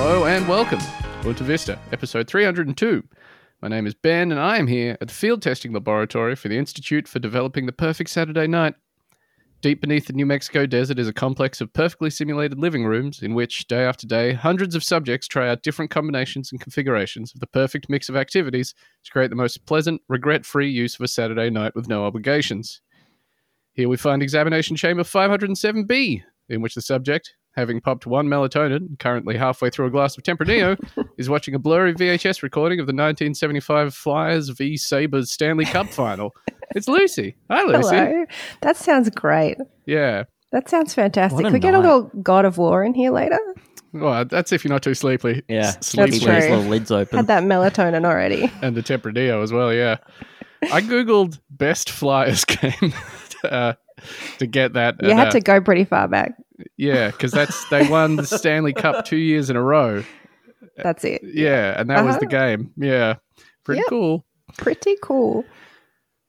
welcome. Welcome to Vista, episode 302. My name is Ben, and I am here at the field testing laboratory for the Institute for Developing the Perfect Saturday Night. Deep beneath the New Mexico desert is a complex of perfectly simulated living rooms in which, day after day, hundreds of subjects try out different combinations and configurations of the perfect mix of activities to create the most pleasant, regret free use of a Saturday night with no obligations. Here we find examination chamber 507B, in which the subject, having popped one melatonin, currently halfway through a glass of Tempranillo, is watching a blurry VHS recording of the 1975 Flyers v Sabres Stanley Cup final. It's Lucy. Hi, Lucy. Hello. That sounds great. Yeah. That sounds fantastic. What a Could we get a night. little God of War in here later? Well, that's if you're not too sleepy. Yeah, S- sleepy true. with his little lids open. Had that melatonin already. and the Tempranillo as well. Yeah, I googled best Flyers game to, uh, to get that. You and, had uh, to go pretty far back. yeah, because that's they won the Stanley Cup two years in a row. That's it. Yeah, and that was the Uh-huh. game. Yeah, pretty Yep. cool. Pretty cool.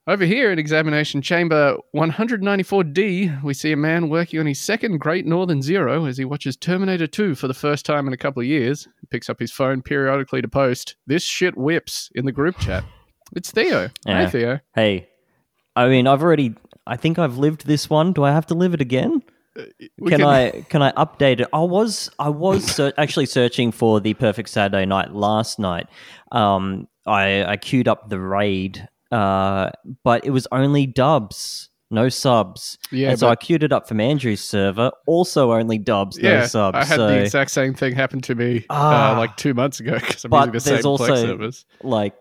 Over here in examination chamber 194D, we see a man working on his second Great Northern Zero as he watches Terminator 2 for the first time in a couple of years. He picks up his phone periodically to post, This shit whips in the group chat. It's Theo. Yeah. Hey, Theo. Hey, I mean, I've already. I think I've lived this one. Do I have to live it again? We can, I can I update it? I was I was ser- actually searching for the perfect Saturday night last night. Um, I I queued up the raid, uh, but it was only dubs, no subs. Yeah, and so but- I queued it up from Andrew's server, also only dubs, no subs. I had so, the exact same thing happen to me uh, Ah. like two months ago because I'm using but the same there's Plex also servers. like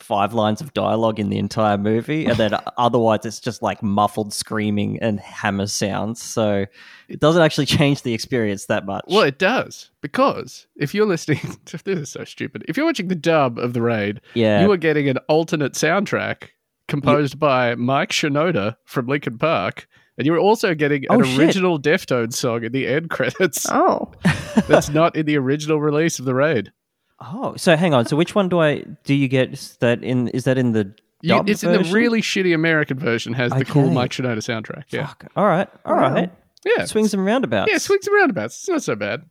five lines of dialogue in the entire movie, and then otherwise it's just like muffled screaming and hammer sounds. So it doesn't actually change the experience that much. Well, it does because if you're listening, to, this is so stupid. If you're watching the dub of the raid, yeah. you are getting an alternate soundtrack composed by Mike Shinoda from Linkin Park. And you were also getting an Oh, shit. original Deftones song in the end credits Oh, that's not in the original release of the raid. Oh, so hang on. So which one do I do you get that in is that in the You- dub it's in the version? really shitty American version has the cool Okay. Mike Shinoda soundtrack. Yeah, Fuck. All right. all Wow. right. yeah. Swings and roundabouts. Yeah, swings and roundabouts. It's not so bad.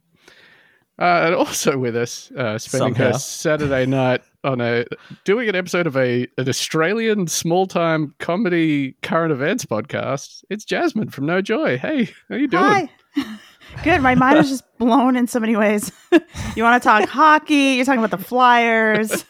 Uh, and also with us, uh, spending her Somehow. Saturday night on a doing an episode of a an Australian small time comedy current events podcast. It's Jasmine from No Joy. Hey, how you doing? Hi. Good. My mind is just blown in so many ways. you want to talk hockey? You're talking about the Flyers.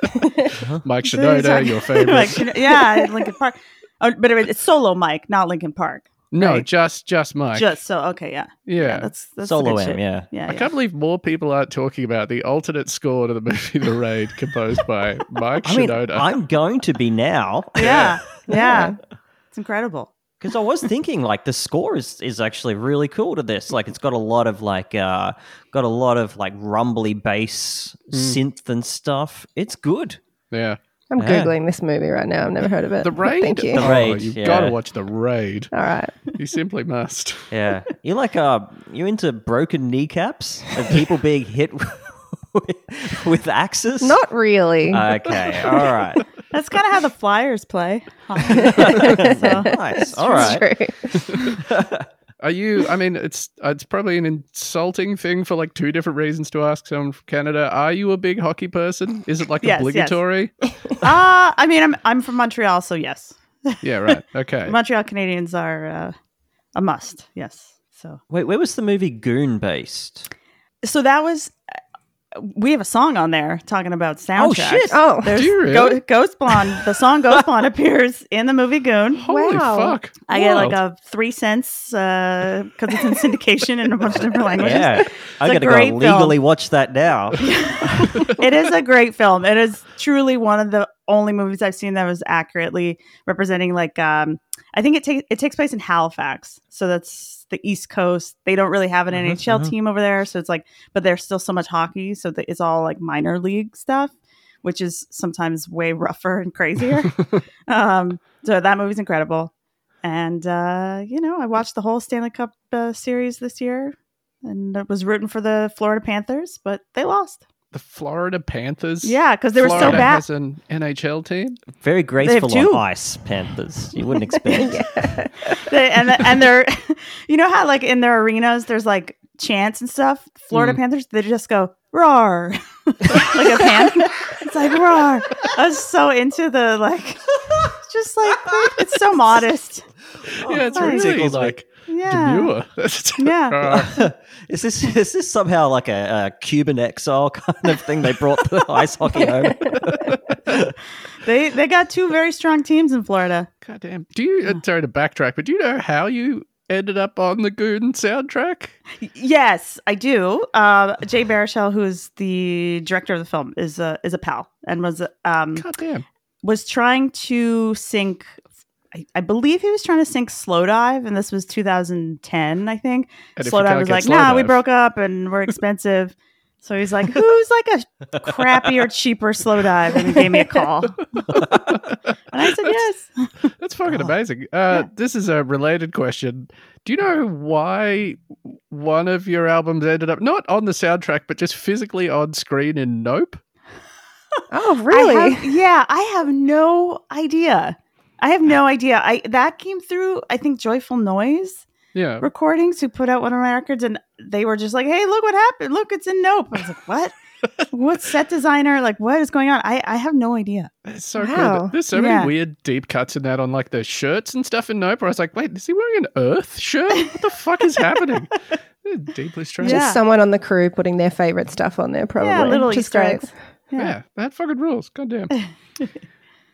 Mike Shinoda, your favorite. Like, you know, yeah, Lincoln Park. Oh, but it- it's solo Mike, not Lincoln Park. no, right. just just Mike. Just so okay, yeah, yeah. yeah. That's that's the Solo M, good shit. yeah. yeah. I yeah. can't believe more people aren't talking about the alternate score to the movie The Raid, composed by Mike I mean, Shinoda. I'm going to be now Yeah, yeah. Yeah. It's incredible. because I was thinking like the score is is actually really cool to this. Like it's got a lot of like uh got a lot of like rumbly bass synth and stuff. It's good. yeah, I'm Yeah. googling this movie right now. I've never heard of it. The Raid. Thank you. The Oh, Raid, you've yeah. got to watch The Raid. All right. You simply must. Yeah. you like uh you into broken kneecaps and people being hit with, with axes? Not really. Okay. All right. That's kind of how the Flyers play. Hockey. so, nice. All It's right. true. Are you? I mean, it's it's probably an insulting thing for like two different reasons to ask someone from Canada. Are you a big hockey person? Is it like Yes, yes. obligatory? uh, I mean, I'm I'm from Montreal, so yes, yeah, right. Okay. Montreal Canadiens are uh, a must. Yes, so Wait, where was the movie Goon based? so that was uh, we have a song on there talking about soundtracks. shit. Oh, There's Do you really? Go- Ghost Blonde. The song Ghost Blonde appears in the movie Goon. Holy Wow. fuck! I get like Wild. a three cents because it's in syndication in a bunch of different languages. Yeah. I a gotta go great legally film. watch that now. It is a great film. It is truly one of the only movies I've seen that was accurately representing like um, I think it takes it takes place in Halifax, so that's the East Coast. They don't really have an Mhm, NHL mhm. team over there, so it's like, but there's still so much hockey, so that it's all like minor league stuff, which is sometimes way rougher and crazier. um, so that movie's incredible, and uh, you know I watched the whole Stanley Cup uh, series this year. And I was rooting for the Florida Panthers, but they lost. the Florida Panthers. Yeah, because they were so Florida bad. Has an NHL team. Very graceful two. on ice, Panthers. You wouldn't expect. They- and and they're, you know how like in their arenas there's like chants and stuff. Florida Mm. Panthers, they just go roar, like a pan. It's like roar. I was so into the like, just like it's so modest. yeah, it's fine. really Tickles like Yeah, demure. Oh, Yeah. is this is this somehow like a, a Cuban exile kind of thing? They brought the ice hockey over. they they got two very strong teams in Florida. God damn. Do you, uh, sorry to backtrack, but do you know how you ended up on the Gooden soundtrack? Yes, I do. Uh, Jay Baruchel, who is the director of the film, is a is a pal and was um God damn. was trying to sync. I, I believe he was trying to sync Slow Dive, and this was 2010, I think. And if Slow you Dive can't was get like, Slow "Nah, we Dive- broke up, and we're expensive." so he's like, "Who's like a crappier, cheaper Slow Dive?" And he gave me a call, and I said, "Yes." That's fucking God. amazing. Uh, Yeah. This is a related question. Do you know why one of your albums ended up not on the soundtrack, but just physically on screen in Nope? Oh, I really? have- yeah, I have no idea. I have no idea. I that came through. I think Joyful Noise Yeah. recordings who put out one of my records, and they were just like, "Hey, look what happened! Look, it's in Nope." I was like, "What? what set designer? Like, what is going on?" I I have no idea. It's so Wow. cool. There's so many Yeah. weird deep cuts in that on like the shirts and stuff in Nope. Where I was like, wait, is he wearing an Earth shirt? What the fuck is happening? It's Deeply strange. Just Yeah. someone on the crew putting their favorite stuff on there, probably. Yeah, little Just Easter great. eggs. Yeah. that fucking rules. Goddamn.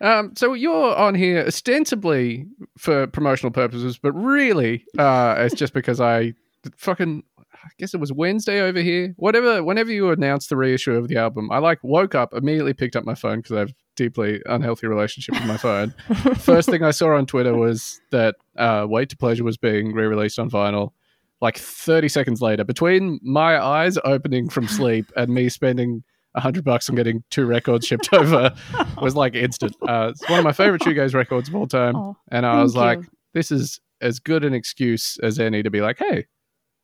um, so you're on here ostensibly for promotional purposes, but really, uh, it's just because I fucking. I guess it was Wednesday over here. Whatever, whenever you announced the reissue of the album, I like woke up immediately, picked up my phone because I have a deeply unhealthy relationship with my phone. First thing I saw on Twitter was that uh, "Wait to Pleasure" was being re-released on vinyl. Like 30 seconds later, between my eyes opening from sleep and me spending a hundred bucks on getting two records shipped over was like instant. Uh, it's one of my favorite Chugos records of all time, Oh, and I was thank like, you. "This is as good an excuse as any to be like, hey,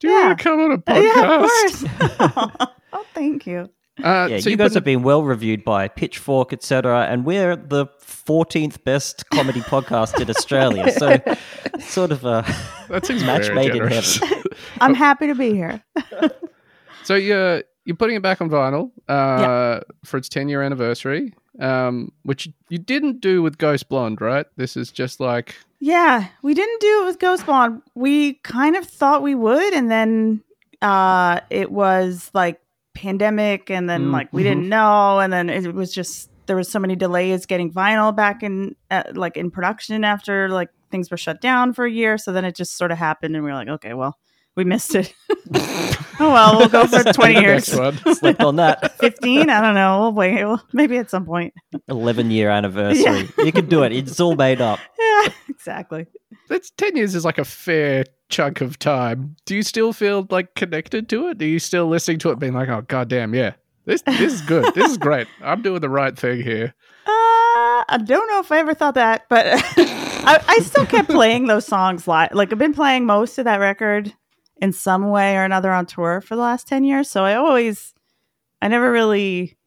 do you Yeah. want to come on a Uh, yeah, of podcast?" course. oh, thank you. Uh, Yeah, so you you guys put have been well reviewed by Pitchfork, etc., and we're the 14th best comedy podcast in Australia. So, sort of uh, a that seems match very made in generous. Oh. I'm happy to be here. so you're you're putting it back on vinyl uh, for its 10 year anniversary, um, which you didn't do with Ghost Blonde, right? This is just like Yeah, we didn't do it with Ghost Bond. We kind of thought we would, and then uh, it was like pandemic, and then Mm, like we mhm. didn't know, and then it was just there was so many delays getting vinyl back in uh, like in production after like things were shut down for a year. So then it just sort of happened, and we were like, okay, well, we missed it. oh well, we'll go for twenty the years, next one. slipped on that fifteen. I don't know. We'll wait. We'll- maybe at some point. 11 year anniversary. You can do it. It's all made up. Yeah, exactly. That's ten years is like a fair chunk of time. Do you still feel like connected to it? Are you still listening to it, being like, "Oh goddamn, yeah, this this is good. this is great. I'm doing the right thing here." Uh, I don't know if I ever thought that, but I, I still kept playing those songs live. Like I've been playing most of that record in some way or another on tour for the last ten years. So I always, I never really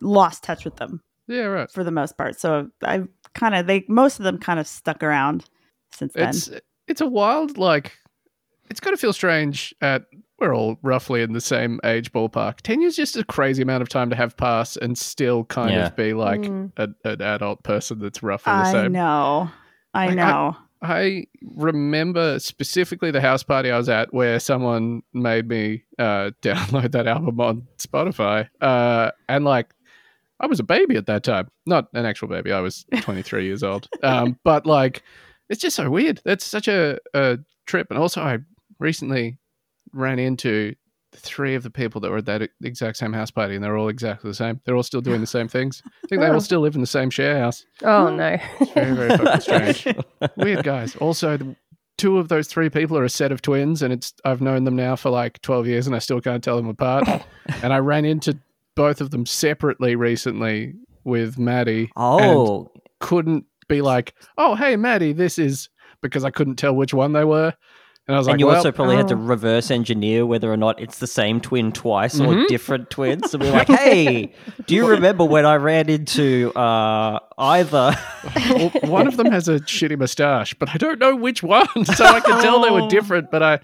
lost touch with them Yeah, right. for the most part. So I kind of they most of them kind of stuck around since then. It's it's a wild like. It's got to feel strange. At we're all roughly in the same age ballpark. Ten years is just a crazy amount of time to have pass and still kind Yeah. of be like Mm. a, an adult person that's roughly the I same. know, I Like, I- know. I remember specifically the house party I was at where someone made me uh, download that album on Spotify. Uh, and like, I was a baby at that time. Not an actual baby. I was 23 years old. Um, but like, it's just so weird. That's such a, a trip. And also, I recently ran into three of the people that were at that exact same house party and they're all exactly the same. They're all still doing the same things. I think they all still live in the same share house. Oh, no. It's very, very fucking strange weird guys. Also, the, two of those three people are a set of twins, and it's I've known them now for like twelve years, and I still can't tell them apart. and I ran into both of them separately recently with Maddie. and Oh, couldn't be like, oh hey Maddie, this is because I couldn't tell which one they were. And I was and like, you well, also probably had to oh. reverse engineer whether or not it's the same twin twice or Mhm. different twins. And we're like, hey, do you remember when I ran into uh, either? Well, one of them has a shitty mustache, but I don't know which one, so I could tell they were Oh. different. But I,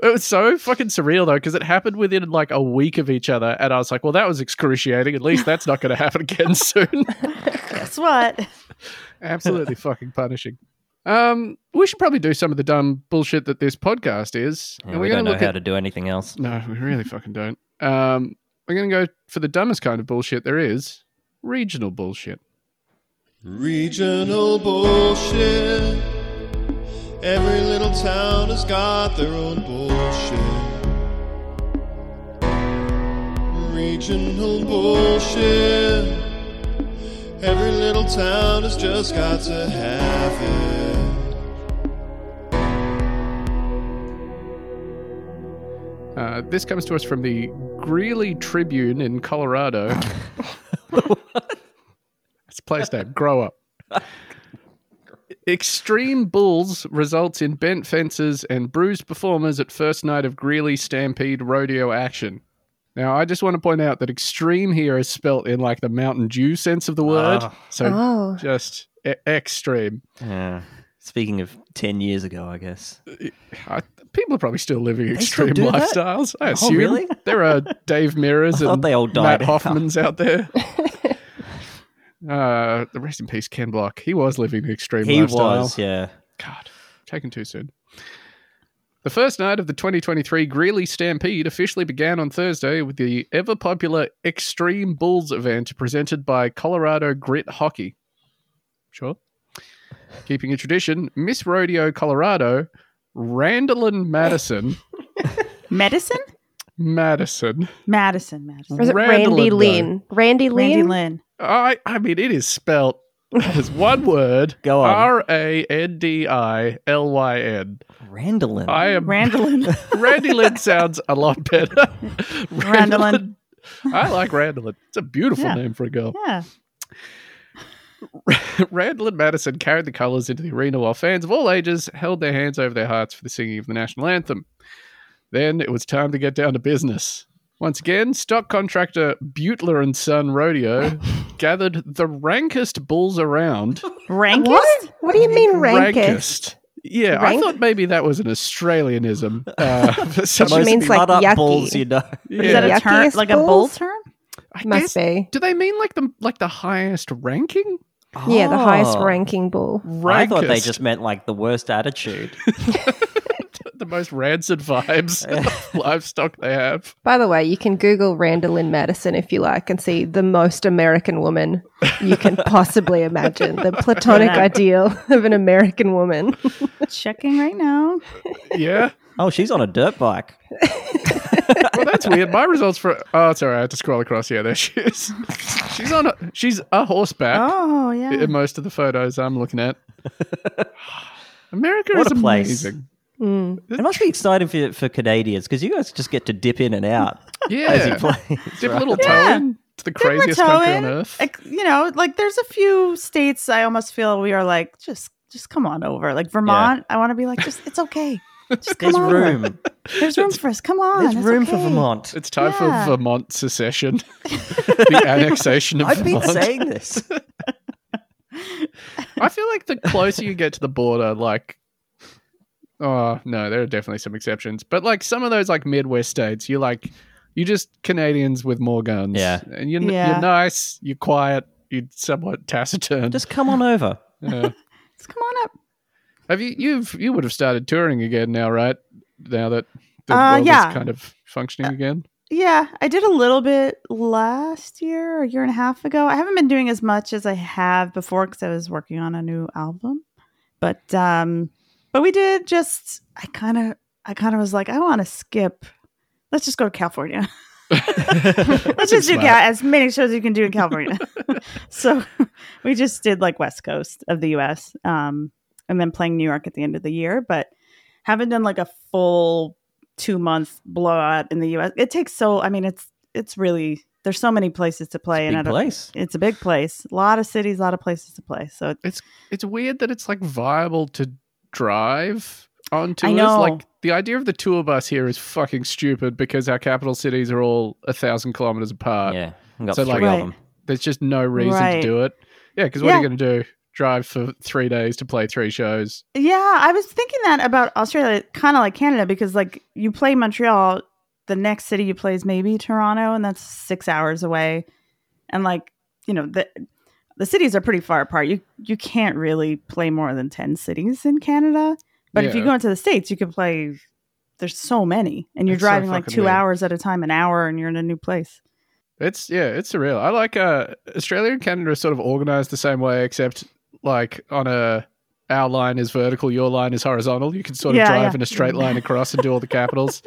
It was so fucking surreal though, because it happened within like a week of each other, and I was like, "Well, that was excruciating. At least that's not going to happen again soon." Guess what? Absolutely fucking punishing. Um, we should probably do some of the dumb bullshit that this podcast is. Yeah, and we we're don't gonna know look how at- to do anything else. No, we really fucking don't. Um, we're going to go for the dumbest kind of bullshit there is: regional bullshit. Regional bullshit. Every little town has got their own bullshit. Regional bullshit. Every little town has just got to have it. Uh, this comes to us from the Greeley Tribune in Colorado. it's a place name. Grow up. Extreme bulls results in bent fences and bruised performers at first night of Greeley Stampede rodeo action. Now, I just want to point out that extreme here is spelt in like the Mountain Dew sense of the word. Ah. So Oh, just e- extreme. Yeah. Speaking of 10 years ago, I guess. I, people are probably still living still extreme do that? Oh, lifestyles. I assume really? there are Dave Mirrors I thought and they all died. Matt Hoffman's out there. uh, the rest in peace, Ken Block. He was living the extreme He lifestyle. was, yeah. God, taken too soon. The first night of the 2023 Greeley Stampede officially began on Thursday with the ever popular Extreme Bulls event presented by Colorado Grit Hockey. Sure. Keeping a tradition, Miss Rodeo Colorado, Randolyn Madison, Medicine? Madison. Madison, Madison. was it Randall Randy and Lynn? Randy Lynn? Randy Lynn. I I mean it is spelt as one word. Go on. R A N D I L Y N. Randolin. I am Randolin. Randy Lynn sounds a lot better. Randolin. I like Randolin. It's a beautiful Yeah. name for a girl. Yeah. Randolin Madison carried the colours into the arena while fans of all ages held their hands over their hearts for the singing of the national anthem. Then it was time to get down to business. Once again, stock contractor Butler and Son Rodeo gathered the rankest bulls around. Rankist? What? What do you mean rankest? Rankest. Yeah, I Rank- thought maybe that was an Australianism. Uh, for some Which reason. means, like, Hard up yucky. balls, you know. yeah. Is that a term? Yuckiest Like a bull bulls? term? I guess- Must be. Do they mean like the like the highest ranking? Yeah, the highest Oh. ranking bull. I thought they Rankest. just meant like the worst attitude. the most rancid vibes of livestock they have. By the way, you can Google Randolyn Madison if you like and see the most American woman you can possibly imagine. The platonic Yeah. ideal of an American woman. Checking right now. Yeah. oh, she's on a dirt bike. Well, that's weird. My results for oh, sorry, I had to scroll across. Yeah, there she is. She's on. A, she's a horseback Oh, Ah. yeah. in most of the photos I'm looking at. America What is a place. amazing. Mm. It must be exciting for, for Canadians because you guys just get to dip in and out as you Yeah, play. dip a little toe Yeah. in to the Dip my craziest toe country on in. earth. Like, you know, like there's a few states I almost feel we are like, just just come on over. Like Vermont, I want to be like, just it's okay. Just come There's on. room. There's room for us. Come on. There's it's room for okay. Vermont. It's time Yeah. for Vermont secession, the annexation of I've been Vermont. saying this. I feel like the closer you get to the border, like, oh no, there are definitely some exceptions, but like some of those like Midwest states, you're like, you just Canadians with more guns, Yeah. and you're Yeah. you're nice, you're quiet, you're somewhat taciturn. Just come on over. Yeah. Just come on up. have you you've you would have started touring again now, right? Now that the Uh, world yeah. Uh, is kind of functioning again. Yeah, I did a little bit last year, or a year and a half ago. I haven't been doing as much as I have before because I was working on a new album. But um, but we did just. I kind of, I kind of was like, I want to skip. Let's just go to California. Let's just do Smart. ca- as many shows as you can do in California. so we just did like West Coast of the U.S. Um, and then playing New York at the end of the year, but haven't done like a full two month blowout in the U.S. It takes so. I mean, it's it's really there's so many places to play, and I Big don't- place. it's a big place, a lot of cities, a lot of places to play. So it's weird that it's like viable to drive on tours. know. Like the idea of the tour bus here is fucking stupid because our capital cities are all a thousand kilometers apart. yeah, I've got Uh, so, three like- of Right. them. There's just no reason to Right. do it. Yeah, because what are you going to do? drive for three days to play three shows. Yeah, I was thinking that about Australia, kind of like Canada, because like you play Montreal, the next city you play is maybe Toronto, and that's six hours away, and like you know the the cities are pretty far apart. You you can't really play more than ten cities in Canada, but if you Yeah. go into the states, you can play. There's so many, and you're It's so driving like fucking two many. hours at a time, an hour, and you're in a new place. It's yeah, it's surreal. I like uh Australia and Canada are sort of organized the same way, except like on a our line is vertical, your line is horizontal. You can sort of Yeah, drive yeah. in a straight line across and do all the capitals.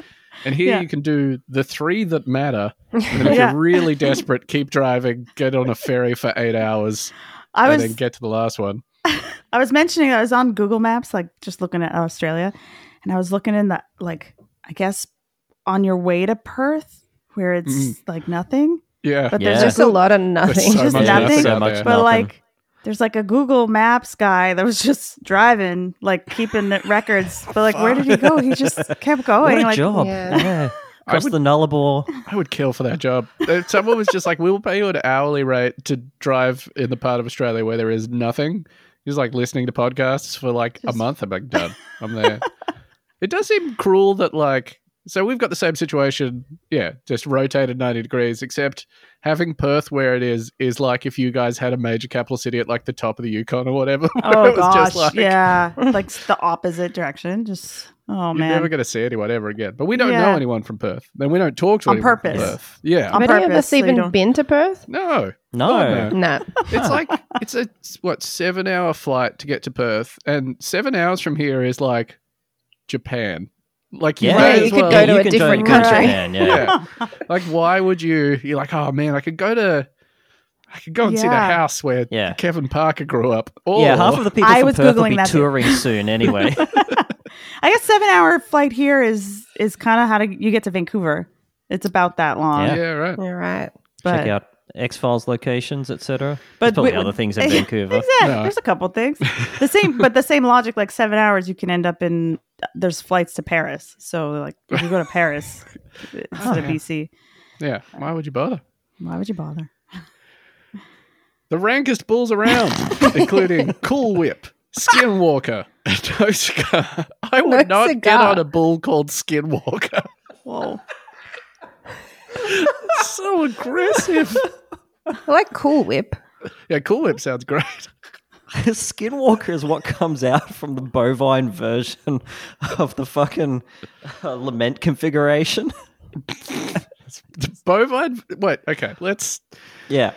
And here Yeah. you can do the three that matter. And then if Yeah. you're really desperate, keep driving, get on a ferry for eight hours, I and was then get to the last one. I was mentioning I was on Google Maps, like just looking at Australia, and I was looking in the like I guess on your way to Perth where it's Mm. like nothing, Yeah. but Yeah. there's Just just a a lot of nothing. so Just much nothing. effort So out much there. but nothing. like there's like a Google Maps guy that was just driving, like keeping the records. But like, where did he go? He just kept going. what a like, job! Yeah. Yeah. I Across would- the Nullarbor. I would kill for that job. If someone was just like, "We'll pay you an hourly rate to drive in the part of Australia where there is nothing," he's like listening to podcasts for like a Just- month. I'm like, done. I'm there. it does seem cruel that like, so we've got the same situation. Yeah, just rotated 90 degrees, except having Perth where it is is like if you guys had a major capital city at like the top of the Yukon or whatever. where oh it was gosh, just like, yeah, like the opposite direction. Just oh You're never man, going to see anyone ever again. But we don't Yeah. know anyone from Perth. Then we don't talk to On anyone from purpose. Perth. Yeah. On Have any of purpose, us so you even don't- been to Perth? no. No, No. It's like it's a what seven hour flight to get to Perth, and seven hours from here is like Japan. Like you Yeah. may Yeah, as you could well- go to a can different country. Japan, yeah. yeah. Like why would you? You're like, oh man, I could go to, I could go and see the Yeah. house where Yeah. Kevin Parker grew up. Or, yeah, half of the people I from was Perth will Googling be that too. touring soon anyway. I guess seven hour flight here is is kind of how to you get to Vancouver. It's about that long. yeah, right. All right. But Check out X Files locations, etc. But But probably we- other things in Vancouver. Exactly. Yeah. There's a couple things. The same, but the same logic. Like seven hours, you can end up in. There's flights to Paris, so like if you go to Paris instead of Okay. BC, Yeah, why would you bother? why would you bother? The rankest bulls around, including Cool Whip, Skinwalker, and No Cigar. I would No not get Cigar. on a bull called Skinwalker. Whoa, so aggressive. I like Cool Whip. Yeah, Cool Whip sounds great. Skinwalker is what comes out from the bovine version of the fucking uh, lament configuration. The bovine. Wait, okay. Let's. Yeah.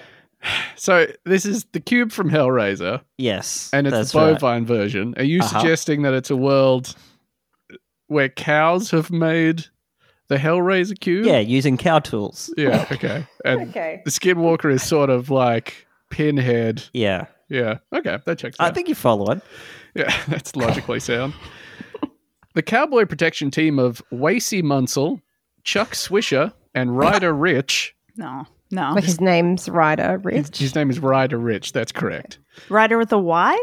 So this is the cube from Hellraiser, Yes. and it's that's the right. bovine version. Are you Uh-huh. suggesting that it's a world where cows have made the Hellraiser cube? Yeah, using cow tools. Yeah. Okay. And Okay. the Skinwalker is sort of like Pinhead. Yeah. Yeah. Okay. That checks. I out. think you follow it. Yeah, that's logically sound. the cowboy protection team of Wacy Munsell, Chuck Swisher, and Ryder Rich. no, no, Like his name's Ryder His, Rich. his name is Ryder Rich. That's correct. rider with a Y.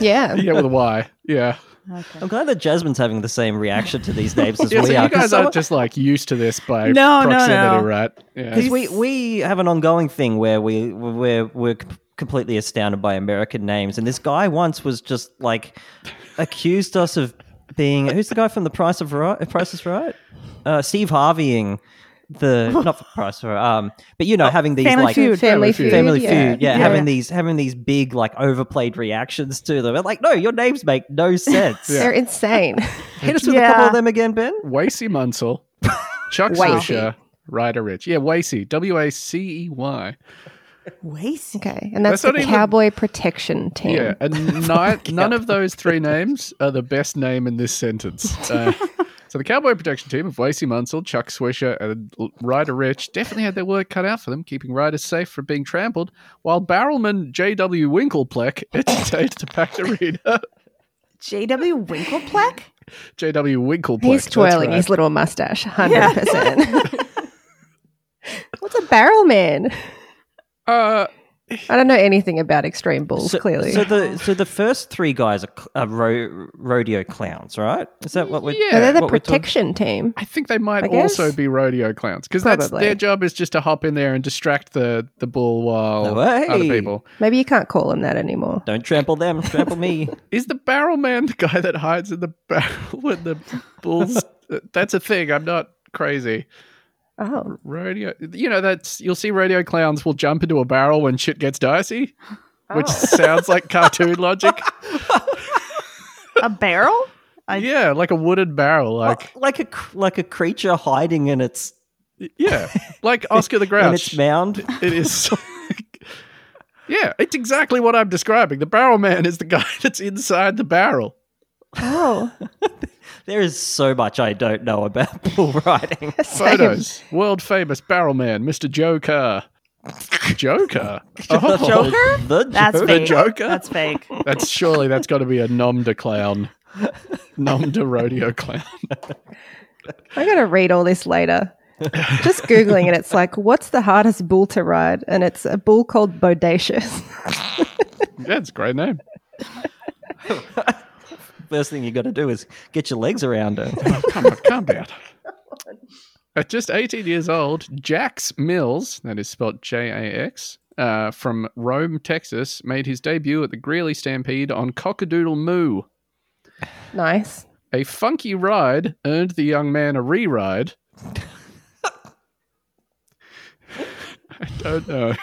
Yeah. Yeah, with a Y. Yeah. Okay. I'm glad that Jasmine's having the same reaction to these names as Yeah, we so are. you 'cause guys some- are just like used to this by No, no, proximity, no. right? Because Yeah. we, we have an ongoing thing where we we're we're com- completely astounded by American names, and this guy once was just like accused us of being who's the guy from The Price of Right? Price is Right? Uh, Steve Harveying the not the Price of Right, um, but you know having these Oh, Family like Feud. Family Feud. Feud. family feud, yeah, Yeah. having these having these big like overplayed reactions to them. And like, no, your names make no sense. Yeah. They're insane. Hit us with a Yeah. couple of them again, Ben. Wacy Munsell, Chuck Wacy. Swisher, Ryder Rich. Yeah, Wacy. W A C E Y. Waste. Okay. And that's, That's not the even- Cowboy Protection Team. Yeah, and ni- none of those three names are the best name in this sentence. Uh, so the Cowboy Protection Team of Wacy Munsell, Chuck Swisher, and L- Ryder Rich definitely had their work cut out for them, keeping riders safe from being trampled, while barrelman J.W. Winklepleck entertained the packed arena. J.W. Winklepleck. J.W. Winklepleck. He's that's twirling right. his little mustache, 100%. What's a barrel man? Uh, I don't know anything about extreme bulls. clearly, so the so the first three guys are, cl- are ro- rodeo clowns, right? Is that what we're? Yeah. are they the what we're talking- protection team? I think they might I guess. also be rodeo clowns because that's Probably. their job is just to hop in there and distract the the bull while No way. other people. Maybe you can't call them that anymore. Don't trample them, trample me. Is the barrel man the guy that hides in the barrel when the bulls? that's a thing. I'm not crazy. Oh, Rodeo, you know that's you'll see rodeo clowns will jump into a barrel when shit gets dicey, which sounds like cartoon logic. a barrel? I- yeah, like a wooden barrel, like like a cr- like a creature hiding in its yeah, like Oscar the in Grouch. its mound. It is. yeah, it's exactly what I'm describing. The barrel man is the guy that's inside the barrel. oh, There is so much I don't know about bull riding. Same. Photos. World famous barrel man, Mr. Joe Kerr. Joe Kerr? Oh, Joker? The That's Joker. The fake. Joker? That's fake. That's surely that's got to be a nom de clown. Nom de rodeo clown. I gotta read all this later. Just googling it, it's like, what's the hardest bull to ride? And it's a bull called Bodacious. Yeah, it's a great name. First thing you got to do is get your legs around it. Oh, come on, calm down. At just 18 years old, Jax Mills, that is spelled J A X, uh, from Rome, Texas, made his debut at the Greeley Stampede on Cockadoodle Moo. nice. A funky ride earned the young man a re-ride. I don't know.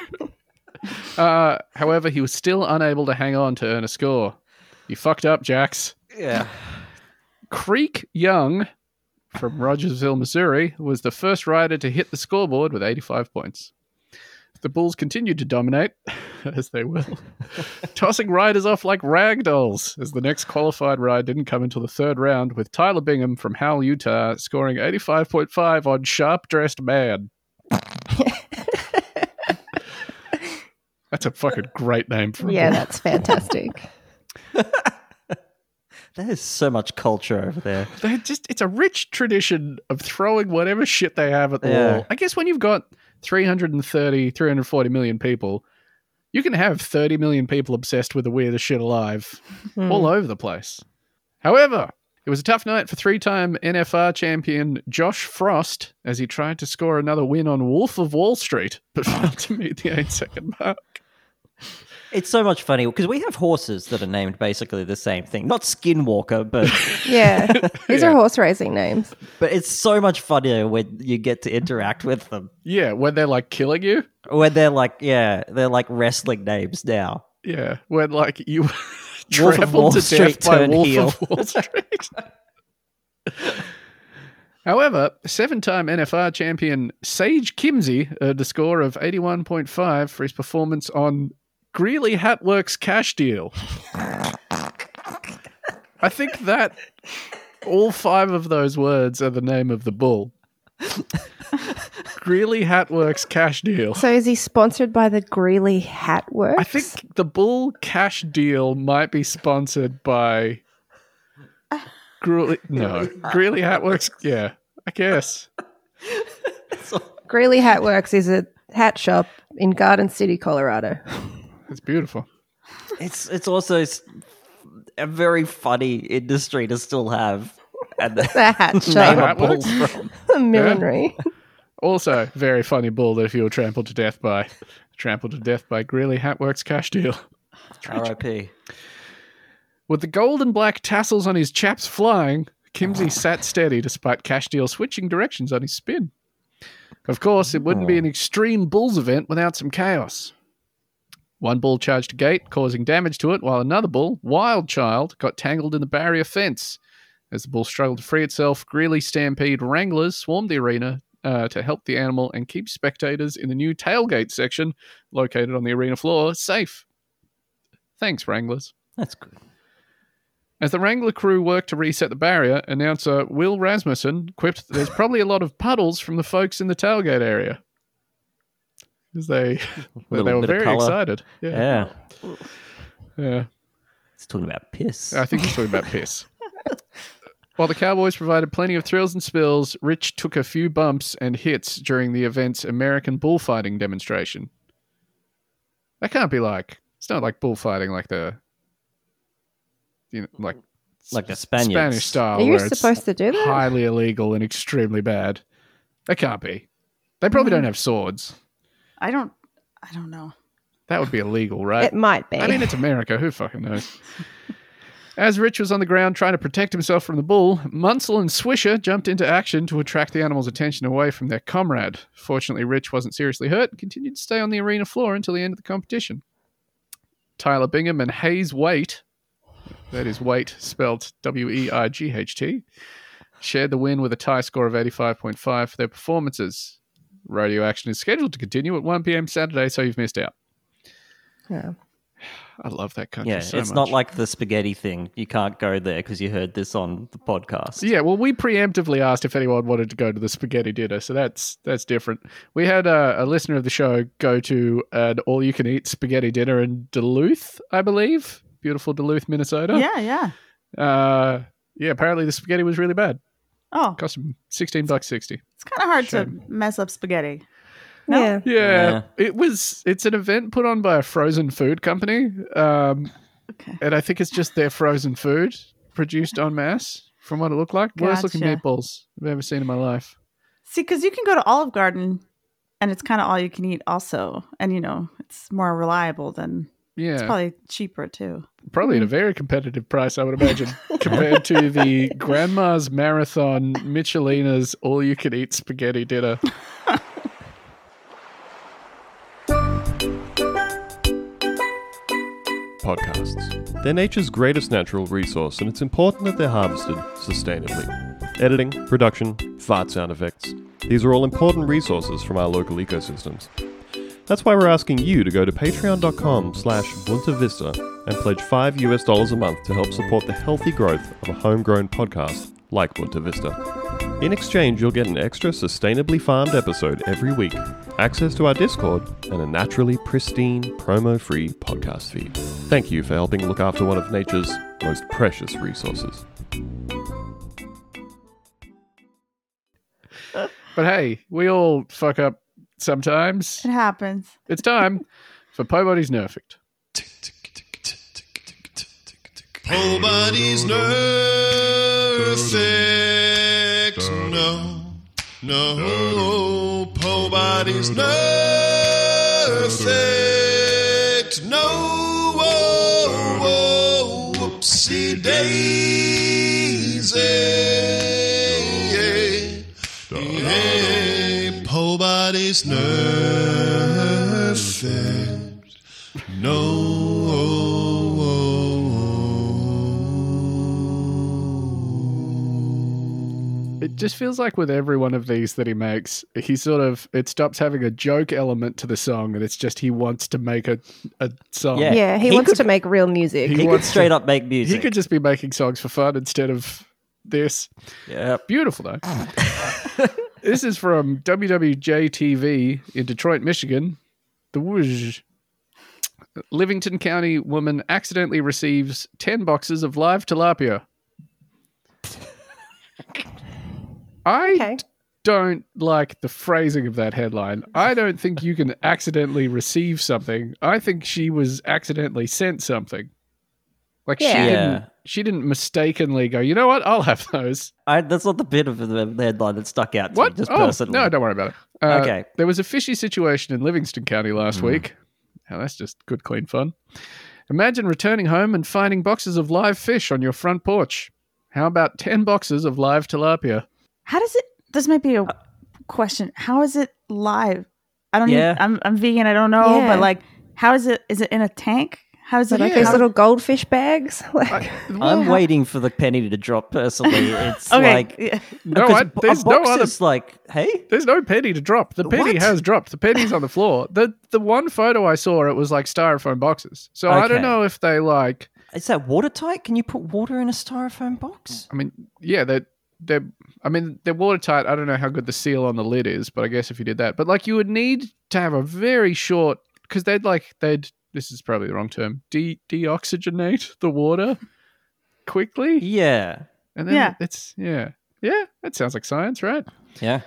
Uh, however, he was still unable to hang on to earn a score. You fucked up, Jax. Yeah. Creek Young from Rogersville, Missouri, was the first rider to hit the scoreboard with 85 points. The Bulls continued to dominate, as they will, tossing riders off like rag dolls, as the next qualified ride didn't come until the third round, with Tyler Bingham from Howell, Utah, scoring 85.5 on Sharp Dressed Man. That's a fucking great name for a Yeah, bull. that's fantastic. There's so much culture over there. they just it's a rich tradition of throwing whatever shit they have at the Yeah. wall. I guess when you've got 330 340 million people, you can have 30 million people obsessed with the weirdest shit alive Hmm. all over the place. However, it was a tough night for three-time NFR champion Josh Frost as he tried to score another win on Wolf of Wall Street, but failed to meet the eight-second mark. It's so much funny because we have horses that are named basically the same thing. Not Skinwalker, but Yeah. These Yeah. are horse racing names. but it's so much funnier when you get to interact with them. Yeah, when they're like killing you. When they're like, yeah, they're like wrestling names now. Yeah, when like you Wall trampled to Street death by turned Wolf heel. of Wall Street. However, seven-time NFR champion Sage Kimsey earned a score of 81.5 for his performance on Greeley Hatworks Cash Deal. I think that all five of those words are the name of the bull. Greeley Hatworks Cash Deal. So is he sponsored by the Greeley Hat Works? I think the bull cash deal might be sponsored by Greeley. No, Greeley Hatworks. Yeah, I guess. Greeley Hat Works is a hat shop in Garden City, Colorado. It's beautiful. It's it's also s- a very funny industry to still have. And the The hat name shop. Hat a bull works. from. Millinery. Also, very funny bull that if you were trampled to death by, trampled to death by Greeley Hatworks cash deal. R.I.P. With the gold and black tassels on his chaps flying, Kimsey sat steady despite Cash Deal switching directions on his spin. Of course, it wouldn't be an extreme bulls event without some chaos. One bull charged a gate, causing damage to it, while another bull, Wild Child, got tangled in the barrier fence. As the bull struggled to free itself, Greeley Stampede Wranglers swarmed the arena uh, to help the animal and keep spectators in the new tailgate section, located on the arena floor, safe. Thanks, Wranglers. That's good. As the Wrangler crew worked to reset the barrier, announcer Will Rasmussen quipped that there's probably a lot of puddles from the folks in the tailgate area. 'Cause they, they Little were bit of very colour. excited. Yeah. Yeah. yeah. It's talking about piss. I think he's talking about piss. While the Cowboys provided plenty of thrills and spills, Rich took a few bumps and hits during the event's American bullfighting demonstration. That can't be like it's not like bullfighting like the you know like Like the s- Spaniards. Spanish style Are you where it's supposed to do that? highly illegal and extremely bad. That can't be. They probably don't have swords. I don't. I don't know. That would be illegal, right? It might be. I mean, it's America. Who fucking knows? As Rich was on the ground trying to protect himself from the bull, Munsell and Swisher jumped into action to attract the animal's attention away from their comrade. Fortunately, Rich wasn't seriously hurt and continued to stay on the arena floor until the end of the competition. Tyler Bingham and Hayes Waite, that is Waite spelled W E I G H T, shared the win with a tie score of 85.5 for their performances. Radio action is scheduled to continue at 1 p.m. Saturday, so you've missed out. Yeah. I love that country Yeah, so it's much. not like the spaghetti thing. You can't go there because you heard this on the podcast. Yeah, well, we preemptively asked if anyone wanted to go to the spaghetti dinner, so that's that's different. We had a, a listener of the show go to an all-you-can-eat spaghetti dinner in Duluth, I believe, beautiful Duluth, Minnesota. Yeah, yeah. Yeah, uh, yeah. Apparently, the spaghetti was really bad. Oh, Cost him sixteen bucks sixty. it's kind of hard Shame. to mess up spaghetti. No. Yeah. Yeah, it was. It's an event put on by a frozen food company, um, Okay. and I think it's just their frozen food produced en masse. From what it looked like, worst looking Gotcha. meatballs I've ever seen in my life. See, because you can go to Olive Garden, and it's kind of all you can eat, also, and you know it's more reliable than Yeah, it's probably cheaper too. probably at a very competitive price, I would imagine, compared to the Grandma's Marathon Michelina's all you can eat spaghetti dinner. podcasts. They're nature's greatest natural resource, and it's important that they're harvested sustainably. Editing, production, fart sound effects these are all important resources from our local ecosystems. That's why we're asking you to go to patreon.com slash Bunta Vista and pledge 5 US dollars a month to help support the healthy growth of a homegrown podcast like Bunta Vista. In exchange, you'll get an extra sustainably farmed episode every week, access to our Discord, and a naturally pristine, promo free podcast feed. Thank you for helping look after one of nature's most precious resources. But hey, we all fuck up sometimes. It happens. It's time for Pobody's Nerfect. Whole body's perfect. No, no, whole body's perfect. No, oh, oh, whoopsie daisy. Yeah, whole body's perfect. No. It just feels like with every one of these that he makes, he sort of it stops having a joke element to the song, and it's just he wants to make a a song. Yeah. Yeah, he, He wants could- to make real music. He He could wants to- straight up make He music. could just be making songs for fun instead of this. Yep. Beautiful though. this is from WWJTV in Detroit, Michigan. The Woosh. Livington County woman accidentally receives 10 boxes of live tilapia. I okay. don't like the phrasing of that headline. I don't think you can accidentally receive something. I think she was accidentally sent something. Like she Yeah. didn't Yeah. she didn't mistakenly go, "You know what? I'll have those." I, that's not the bit of the the headline that stuck out to What? me, just oh, personally. no, don't worry about it. Uh, Okay. Hmm. There was a fishy situation in Livingston County last week. Now, that's just good, clean fun. Imagine returning home and finding boxes of live fish on your front porch. How about 10 boxes of live tilapia? How does it? This might be a question. How is it live? I don't. Yeah. Even, I'm I'm vegan. I don't know, Yeah. but like, how is it? Is it in a tank? How is So it? like Yeah. Uh, these how- little goldfish bags. Like, I- well, I'm waiting for the penny to drop personally. It's okay. like yeah. no, because I, bo- there's a no box other is like, hey, There's no penny to drop. The penny What? has dropped. The penny's on the floor. The the one photo I saw, it was like styrofoam boxes. So I don't Okay. know if they like. is that watertight? Can you put water in a styrofoam box? I mean, yeah, they're they're. I mean, they're watertight. I don't know how good the seal on the lid is, but I guess if you did that, but like you would need to have a very short because they'd like they'd. This is probably the wrong term. De deoxygenate the water quickly, Yeah, and then Yeah. it's yeah, yeah. That sounds like science, right? yeah.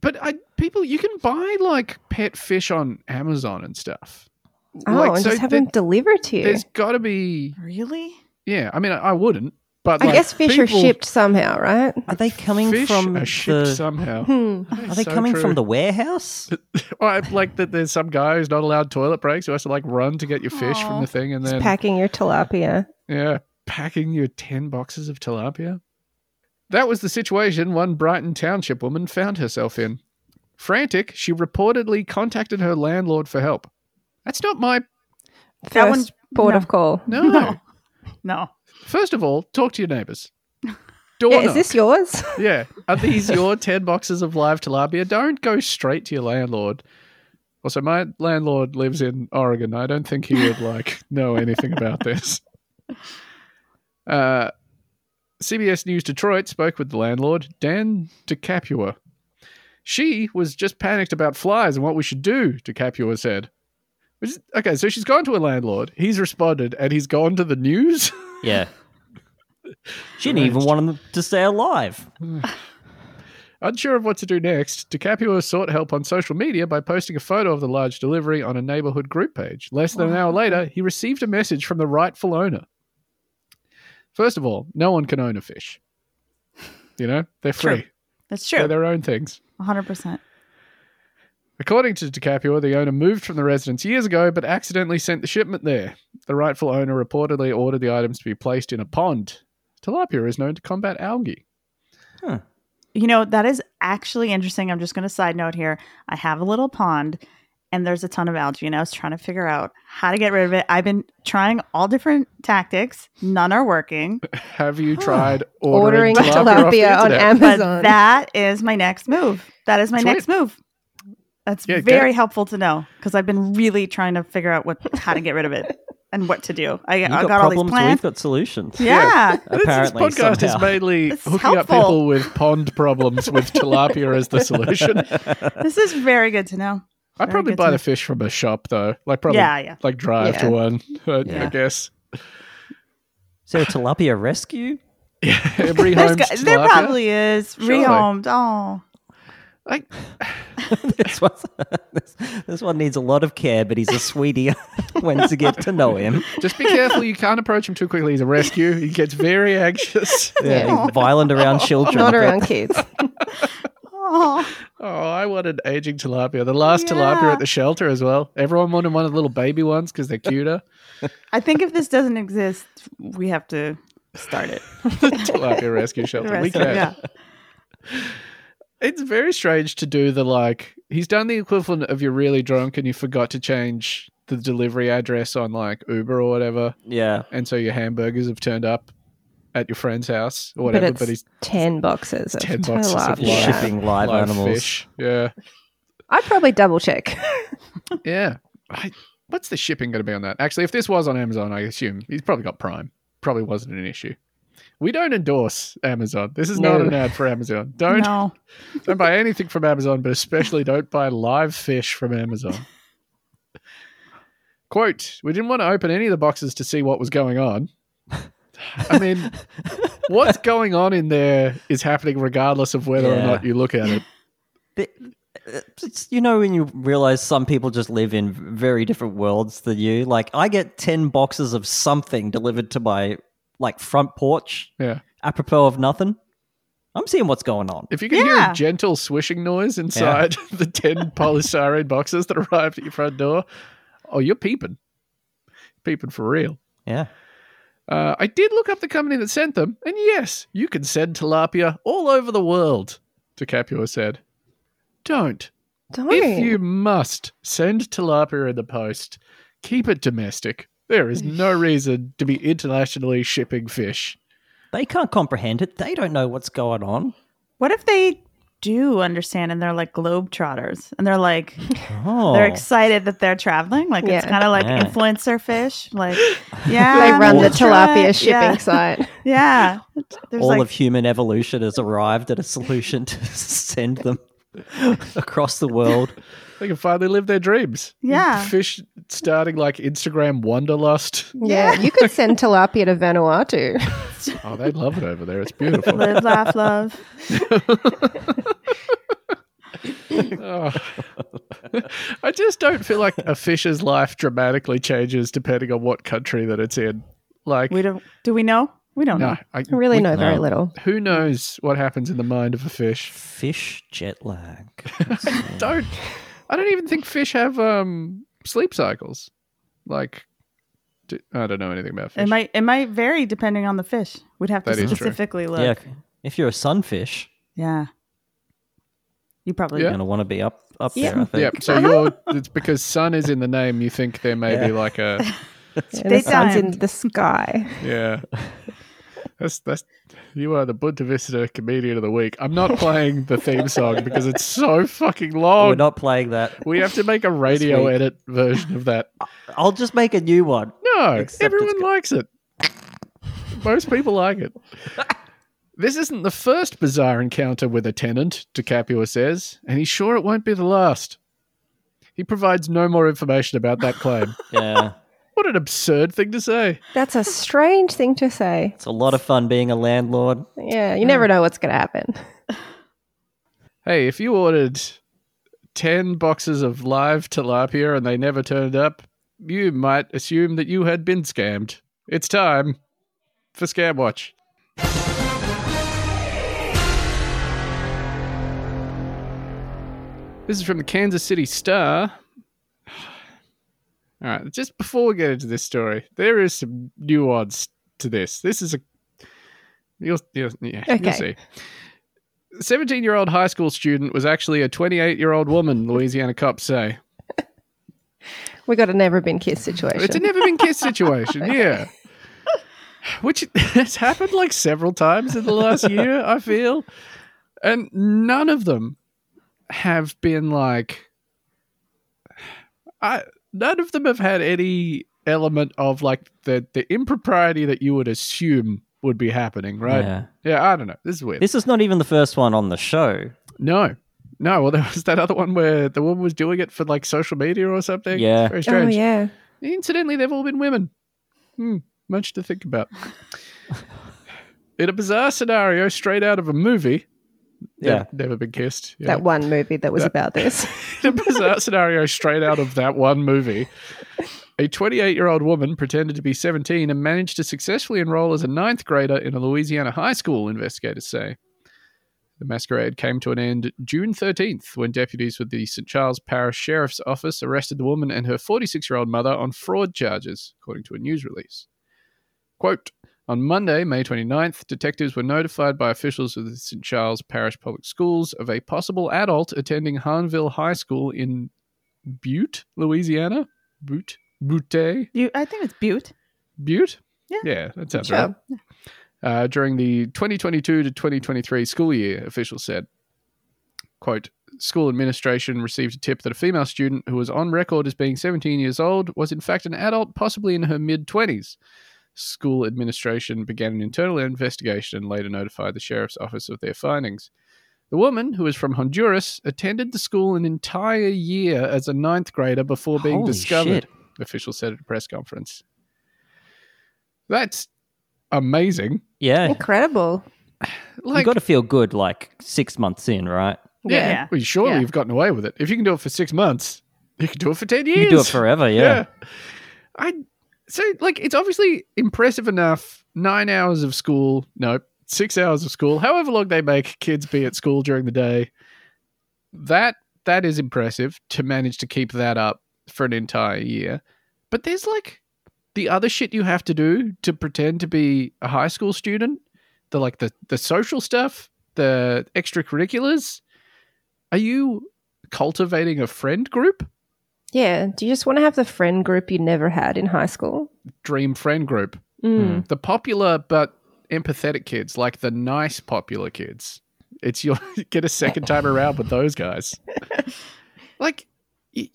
But I people, you can buy like pet fish on Amazon and stuff. Oh, like, and so just have there- them delivered to you. There's got to be. Really? Yeah, I mean, I, I wouldn't. But I like, guess fish people- are shipped somehow, right? Are they coming fish from are shipped the? somehow. Hmm. Are they coming from the warehouse? I like that. There's some guy who's not allowed toilet breaks who has to like run to get your fish from Aw. the thing, and Just then packing your tilapia. yeah, packing your ten boxes of tilapia. That was the situation one Brighton Township woman found herself in. Frantic, she reportedly contacted her landlord for help. That's not my First That one- port no. of call. no. No. First of all, talk to your neighbors. Door Yeah, is knock. this yours? Yeah. Are these your 10 boxes of live tilapia? Don't go straight to your landlord. Also, my landlord lives in Oregon. I don't think he would like know anything about this. Uh, CBS News Detroit spoke with the landlord, Dan DeCapua. She was just panicked about flies and what we should do, DeCapua said. Which is- Okay, so she's gone to a landlord. He's responded and he's gone to the news. Yeah. She didn't even want them to stay alive. Unsure of what to do next, DiCaprio sought help on social media by posting a photo of the large delivery on a neighborhood group page. Less than an hour later, he received a message from the rightful owner. First of all, no one can own a fish. You know, they're True. free. That's They're true. their own things. 100%. According to DiCaprio, the owner moved from the residence years ago but accidentally sent the shipment there. The rightful owner reportedly ordered the items to be placed in a pond. Tilapia is known to combat algae. You know, that is actually interesting. I'm just going to side note here. I have a little pond and there's a ton of algae, and I was trying to figure out how to get rid of it. I've been trying all different tactics, none are working. Have you tried ordering, Ordering tilapia, off the tilapia on internet? But Amazon. that is my next move. That is my Sweet. next move. That's Yeah, very get- helpful to know because I've been really trying to figure out what how to get rid of it and what to do. I, I You've got, got, all these problems, we've plans. got solutions. Yeah. Apparently, this, this podcast somehow. is mainly It's hooking up helpful. people with pond problems with tilapia as the solution. this is very good to know. I Very probably good buy to- the fish from a shop though, like probably Yeah, yeah. like drive to Yeah. one. uh, I, I Yeah. guess Is there a tilapia rescue? every There's home go- there tilapia. probably is Surely. rehomed. Oh, Like, this, one, this, this one needs a lot of care, but he's a sweetie once you get to know him. just be careful you can't approach him too quickly. He's a rescue. He gets very anxious. Yeah, he's violent around children. Not but- around kids. oh, Oh, I want an aging tilapia. The last Yeah. tilapia at the shelter as well. Everyone wanted one of the little baby ones because they're cuter. I think if this doesn't exist, we have to start it. tilapia rescue The shelter. we rest of- can. yeah. It's very strange to do the like. He's done the equivalent of you're really drunk and you forgot to change the delivery address on like Uber or whatever, Yeah. and so your hamburgers have turned up at your friend's house or but whatever. it's But, he's 10 boxes of 10 boxes of tilapia. live- Shipping live, live animals. fish. Yeah, I'd probably double check. yeah. I, what's the shipping going to be on that? Actually, if this was on Amazon, I assume he's probably got Prime. Probably wasn't an issue. We don't endorse Amazon. This is not No. an ad for Amazon. Don't No. don't buy anything from Amazon, but especially don't buy live fish from Amazon. Quote, we didn't want to open any of the boxes to see what was going on. I mean, what's going on in there is happening regardless of whether or Yeah. not you look at it. Th- It's, you know, when you realize some people just live in very different worlds than you. Like, I get 10 boxes of something delivered to my, like, front porch, Yeah. apropos of nothing. I'm seeing what's going on. If you can hear Yeah. a gentle swishing noise inside the 10 polystyrene boxes that arrived at your front door, oh, you're peeping. Peeping for real. Yeah. Uh, I did look up the company that sent them, and yes, you can send tilapia all over the world, DiCaprio said. Don't. Don't. If you must, send tilapia in the post. Keep it domestic. There is no reason to be internationally shipping fish. They can't comprehend it. They don't know what's going on. What if they do understand and they're like globetrotters and they're like Oh. they're excited that they're traveling? Like it's Yeah. kind of like Yeah. influencer fish. Like yeah, they run the that's right. tilapia shipping Yeah, site. yeah. There's All like of human evolution has arrived at a solution to send them across the world. They can finally live their dreams. Yeah. Fish starting like Instagram wanderlust. Yeah, you could send tilapia to Vanuatu. Oh, they love it over there. It's beautiful. live, laugh, love. Oh. I just don't feel like a fish's life dramatically changes depending on what country that it's in. Like, We don't. Do we know? We don't no, know. I, I really we- know very No. little. Who knows what happens in the mind of a fish? Fish jet lag. Don't. I don't even think fish have um sleep cycles. Like, d I don't know anything about fish. It might. It might vary depending on the fish. We'd have to That is true. specifically look. yeah, Yeah. if you're a sunfish, You probably. Yeah. you're gonna want to be up up Yeah. there. I think. yeah, so you're, it's because sun is in the name. You think there may be Yeah. like a And the sun's in daytime. the sky. Yeah. That's that's you are the Bunta Vista comedian of the week. I'm not playing the theme song because it's so fucking We're long. not playing that. we have to make a radio week. edit version of that. I'll just make a new one. No, Except it's everyone go- likes it. Most people like it. This isn't the first bizarre encounter with a tenant, DiCaprio says, and he's sure it won't be the last. He provides no more information about that claim. Yeah, what an absurd thing to say. That's a strange thing to say. it's a lot of fun being a landlord. Yeah, you never know what's going to happen. hey, if you ordered 10 boxes of live tilapia and they never turned up, you might assume that you had been scammed. It's time for Scam Watch. This is from the Kansas City Star. All right, just before we get into this story, there is some nuance to this. This is a you'll, you'll, yeah, Okay. you'll see. 17 year old high school student was actually a 28 year old woman, Louisiana cops say. We got a never been kissed situation. It's a never been kissed situation, yeah. Which has happened like several times in the last year, I feel. And none of them have been like. I None of them have had any element of like the, the impropriety that you would assume would be happening, right? Yeah, Yeah. I don't know. This is weird. This is not even the first one on the show. No. No, well, there was that other one where the woman was doing it for like social media or something. Yeah. Very oh, strange. yeah. Incidentally, they've all been women. Hmm, much to think about. In a bizarre scenario, straight out of a movie. Yeah. Never, never been kissed. Yeah. That one movie that was about this. In a bizarre scenario, straight out of that one movie. A 28 year old woman pretended to be 17 and managed to successfully enroll as a ninth grader in a Louisiana high school, investigators say. The masquerade came to an end June 13th when deputies with the St. Charles Parish Sheriff's Office arrested the woman and her 46 year old mother on fraud charges, according to a news release. Quote On Monday, May 29th, detectives were notified by officials of the St. Charles Parish Public Schools of a possible adult attending Harnville High School in Butte, Louisiana. Butte? Butte? You. I think it's Butte. Butte? Yeah. Yeah, that sounds Sure. right uh, during the 2022 to 2023 school year, officials said. Quote, school administration received a tip that a female student who was on record as being 17 years old was in fact an adult, possibly in her mid 20s. School administration began an internal investigation and later notified the sheriff's office of their findings. The woman, who is from Honduras, attended the school an entire year as a ninth grader before being Holy discovered, shit. officials said at a press conference. That's amazing. Yeah, Incredible. Like, you got to feel good like six months in, right? yeah. Yeah. Well, surely Yeah. you've gotten away with it. If you can do it for six months, you can do it for ten years. You do it forever. Yeah. I so like it's obviously impressive enough. Nine hours of school, nope, six hours of school. However long they make kids be at school during the day, that that is impressive to manage to keep that up for an entire year. But there's like the other shit you have to do to pretend to be a high school student. The like the the social stuff, the extracurriculars. Are you cultivating a friend group? Yeah. Do you just want to have the friend group you never had in high school? Dream friend group. Hmm. Mm. the popular but empathetic kids, like the nice popular kids. It's your get a second time around with those guys. like, y-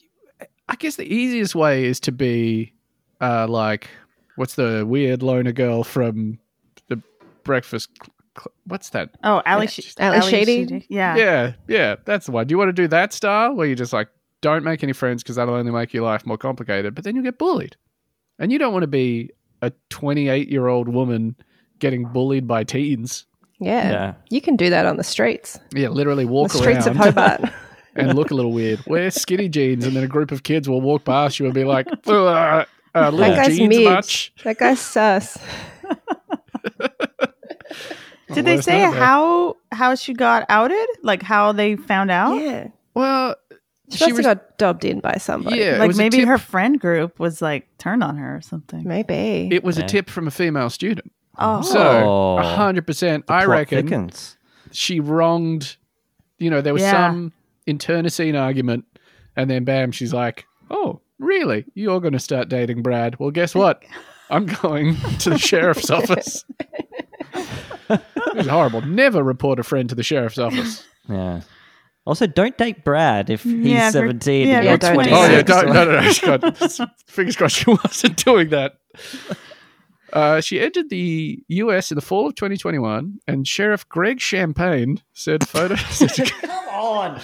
I guess the easiest way is to be uh, like, what's the weird loner girl from the Breakfast? Cl- Cl- what's that? Oh, Ali. Yeah. Sh- Ali Shady? Yeah. Yeah, yeah, that's the one. Do you want to do that style where you just like don't make any friends because that'll only make your life more complicated, but then you get bullied. And you don't want to be a 28 year old woman getting bullied by teens. Yeah. Yeah. You can do that on the streets. Yeah, literally walk the streets around. of Hobart. and look a little weird. Wear skinny jeans, and then a group of kids will walk past you and be like, "Ugh, uh, That little guy's jeans Midge. much. That guy's sus. Did they Worst say nightmare. how how she got outed? Like how they found out? Yeah. Well, She, She must was- have got dobbed in by somebody. Yeah. it like was a maybe tip. her friend group was like turned on her or something. Maybe. it was Yeah. a tip from a female student. Oh, So, Oh. a 100%, I Plot reckon thickens. she wronged, you know, there was Yeah. some internecine argument, and then bam, she's like, oh, really? You're going to start dating Brad. Well, guess what? I'm going to the sheriff's office. it was horrible. Never report a friend to the sheriff's office. Yeah. Also, don't date Brad if he's Yeah, if you're- 17 yeah, and if you're you're 26. 26. Oh yeah, Six. don't, no, no, no. she got- fingers crossed she wasn't doing that. Uh, she entered the U.S. in the fall of 2021, and Sheriff Greg Champagne said photos. Come on.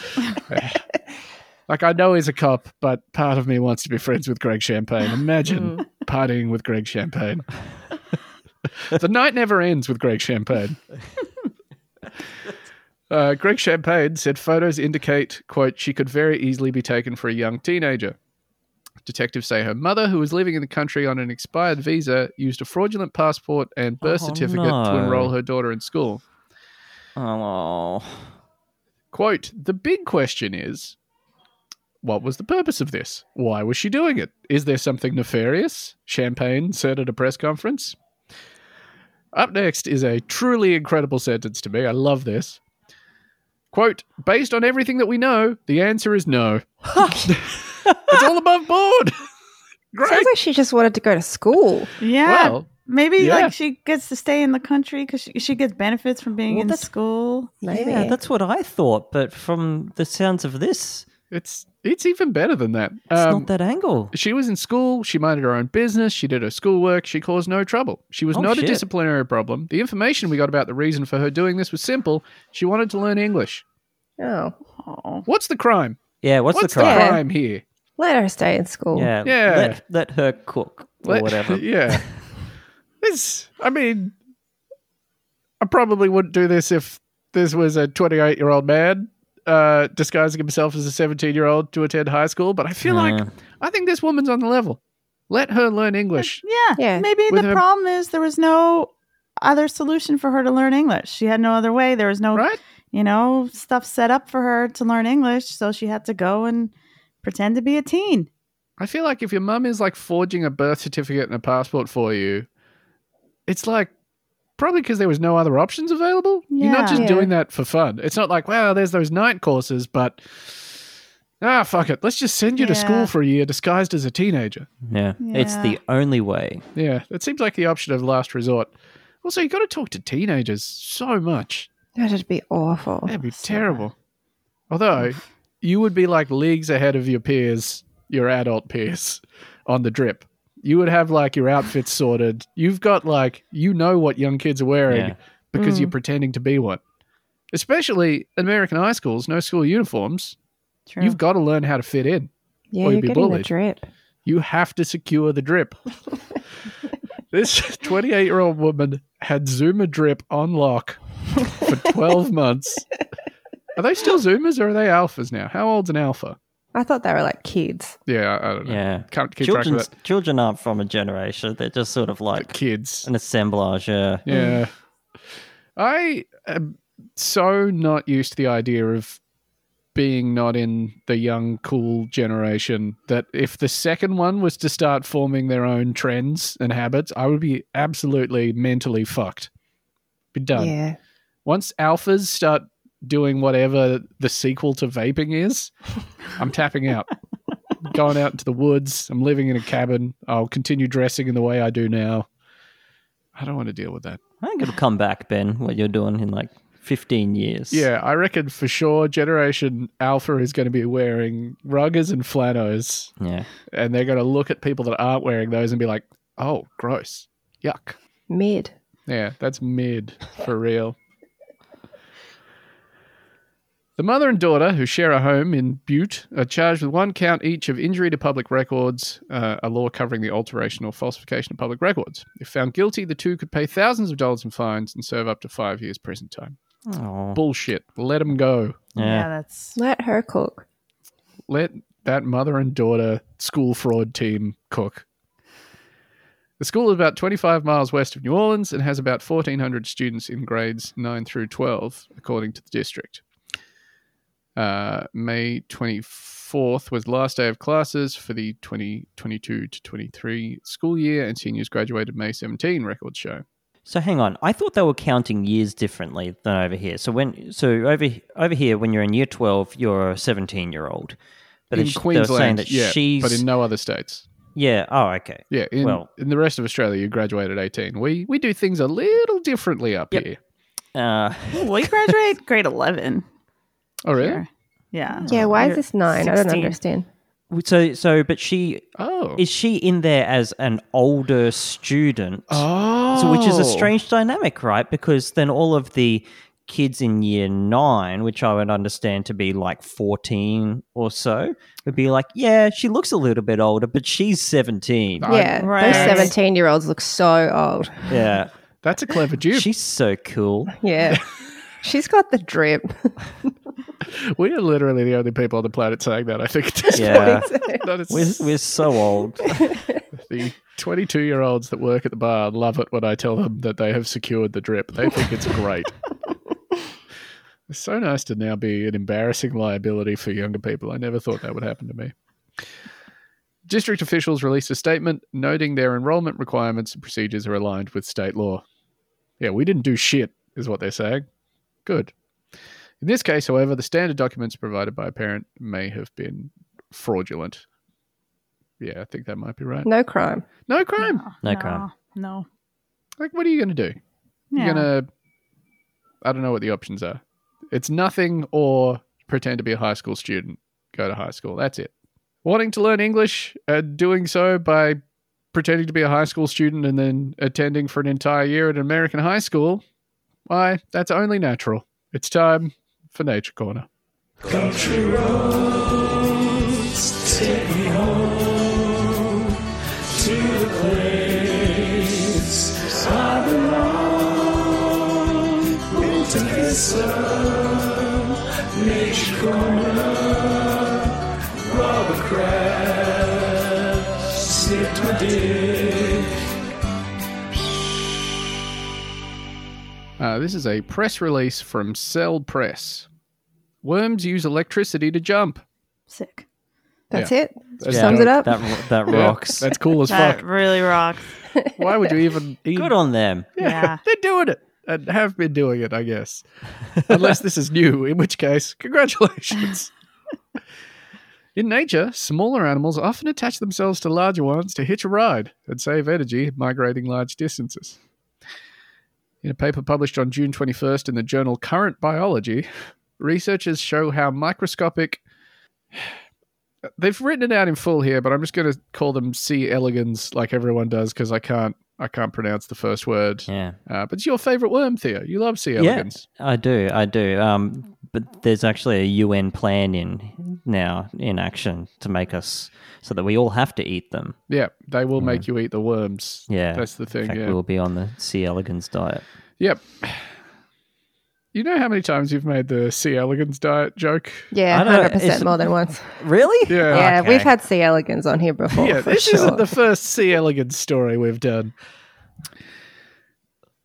like I know he's a cop, but part of me wants to be friends with Greg Champagne. Imagine partying with Greg Champagne. the night never ends with Greg Champagne. Uh, Greg Champagne said photos indicate, quote, she could very easily be taken for a young teenager. Detectives say her mother, who was living in the country on an expired visa, used a fraudulent passport and birth Oh, certificate no. to enroll her daughter in school. Oh. Quote, the big question is what was the purpose of this? Why was she doing it? Is there something nefarious? Champagne said at a press conference. Up next is a truly incredible sentence to me. I love this. Quote, based on everything that we know, the answer is no. it's all above board. Great. Sounds like she just wanted to go to school. yeah. Well, maybe yeah. like she gets to stay in the country because she, she gets benefits from being Well, in that's- school. Maybe. Yeah, that's what I thought, but from the sounds of this, it's it's even better than that. it's Um, not that angle. She was in school. She minded her own business. She did her schoolwork. She caused no trouble. She was Oh, not shit. a disciplinary problem. The information we got about the reason for her doing this was simple. She wanted to learn English. oh. Oh, What's the crime? Yeah, what's, the crime? Yeah. here? Let her stay in school. Yeah, Yeah. Let, let her cook or Let- whatever. yeah. This. I mean, I probably wouldn't do this if this was a 28 year old man uh, disguising himself as a 17 year old to attend high school. But I feel like Yeah. I think this woman's on the level. Let her learn English. yeah. Yeah. Maybe With the her- problem is there was no other solution for her to learn English. She had no other way. There was no Right? you know, stuff set up for her to learn English. So she had to go and pretend to be a teen. I feel like if your mum is like forging a birth certificate and a passport for you, it's like probably because there was no other options available. You're not Yeah. just Yeah. doing that for fun. It's not like, well, there's those night courses, but ah, fuck it. Let's just send you to Yeah. school for a year disguised as a teenager. Yeah. It's Yeah. the only way. Yeah, that seems like the option of last resort. Also, you got to talk to teenagers so much. That'd be awful. That'd be so terrible. Although you would be like leagues ahead of your peers, your adult peers, on the drip. You would have like your outfits sorted. You've got like you know what young kids are wearing Yeah. because you're pretending to be one. Especially American high schools, no school uniforms. True. You've got to learn how to fit in. Yeah, Or you're you'd be getting the bullied. drip. You have to secure the drip. this 28 year old woman had Zoomer drip on lock for 12 months. Are they still Zoomers or are they alphas now? How old's an alpha? I thought they were like kids. Yeah, I I don't know. Yeah. Can't keep track Children's, of that. children aren't from a generation. They're just sort of But like kids. an assemblage. Yeah. Yeah. I am so not used to the idea of being not in the young, cool generation that if the second one was to start forming their own trends and habits, I would be absolutely mentally fucked. Be done. Yeah. Once alphas start doing whatever the sequel to vaping is, I'm tapping out. Going out into the woods. I'm living in a cabin. I'll continue dressing in the way I do now. I don't want to deal with that. I think it'll come back, Ben, what you're doing in like 15 years. Yeah, I reckon for sure Generation Alpha is going to be wearing ruggers and flannels, Yeah. and they're going to look at people that aren't wearing those and be like, oh, gross. Yuck. Mid. Yeah, that's mid for real. The mother and daughter, who share a home in Butte, are charged with one count each of injury to public records, uh, a law covering the alteration or falsification of public records. If found guilty, the two could pay thousands of dollars in fines and serve up to five years prison time. Oh, Bullshit. Let them go. yeah yeah. that's Let her cook. Let that mother and daughter school fraud team cook. The school is about 25 miles west of New Orleans and has about 1,400 students in grades 9 through 12, according to the district. Uh, May 24th was last day of classes for the 2022 to 23 school year, and seniors graduated May 17, records show. So hang on. I thought they were counting years differently than over here. So when so over over here when you're in year 12, you're a 17-year-old. But in it's- Queensland, they were saying that yeah, she's but in no other states. Yeah, oh okay. Yeah, in, Well- in the rest of Australia, you graduate at 18. We we do things a little differently up here. Uh, we graduate grade 11 Oh, really? here. Oh, yeah Yeah, why is You're this nine? I don't 16. understand. so so but she Oh. is she in there as an older student? oh. So, which is a strange dynamic, right? Because then all of the kids in year nine, which I would understand to be like 14 or so, would be like, yeah, she looks a little bit older, but she's 17. I- yeah, Right. those seventeen-year-olds look so old. Yeah. That's a clever dupe. She's so cool. Yeah, she's got the drip. we are literally the only people on the planet saying that, I think. at this Yeah. point. Not as- We're, we're so old. the 22 year olds that work at the bar love it when I tell them that they have secured the drip. They think it's great. it's so nice to now be an embarrassing liability for younger people. I never thought that would happen to me. District officials released a statement noting their enrollment requirements and procedures are aligned with state law. Yeah, we didn't do shit, is what they're saying. Good. In this case, however, the standard documents provided by a parent may have been fraudulent. Yeah, I think that might be right. No crime. No crime. No crime. no Like, what are you going to do? yeah. You're going to. I don't know what the options are. It's nothing or pretend to be a high school student, go to high school. That's it. Wanting to learn English and doing so by pretending to be a high school student and then attending for an entire year at an American high school, why, that's only natural. It's time for Nature Corner. Uh, this is a press release from Cell Press. Worms use electricity to jump. sick That's Yeah. it. That's Sums it up. That, that Yeah, rocks. that's cool as that fuck. really rocks Why would you even? even Good on them. yeah They're doing it and have been doing it, I guess. Unless this is new, in which case, congratulations. in nature, smaller animals often attach themselves to larger ones to hitch a ride and save energy migrating large distances. In a paper published on June 21st in the journal Current Biology, researchers show how microscopic. They've written it out in full here, but I'm just going to call them C. elegans, like everyone does, because I can't I can't pronounce the first word. Yeah. Uh, but it's your favorite worm, Theo. You love sea Yeah. elegans. I do, I do. Um, but there's actually a UN plan in now in action to make us so that we all have to eat them. Yeah, they will make you eat the worms. Mm. Yeah, that's the In thing. fact, Yeah. we'll be on the C. elegans diet. Yep. You know how many times you've made the sea elegans diet joke? Yeah, I don't know, hundred percent it's- more than once. Really? Yeah. Yeah, okay. we've had C. elegans on here before. Oh, yeah, for this sure. isn't the first sea elegans story we've done.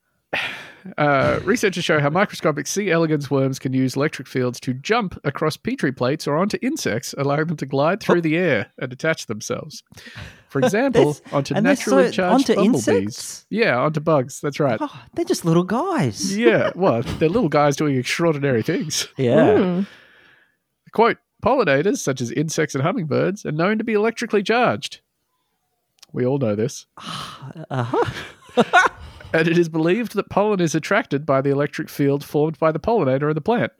Uh, researchers show how microscopic sea elegans worms can use electric fields to jump across petri plates or onto insects, allowing them to glide Oh. through the air and attach themselves. For example, That's- onto and they're naturally so- charged onto bumblebees. insects? Yeah, onto bugs. That's right. Oh, they're just little guys. Yeah, well, they're little guys doing extraordinary things. Yeah. Mm. Quote Pollinators, such as insects and hummingbirds, are known to be electrically charged. We all know this. Uh-huh. And it is believed that pollen is attracted by the electric field formed by the pollinator of the plant,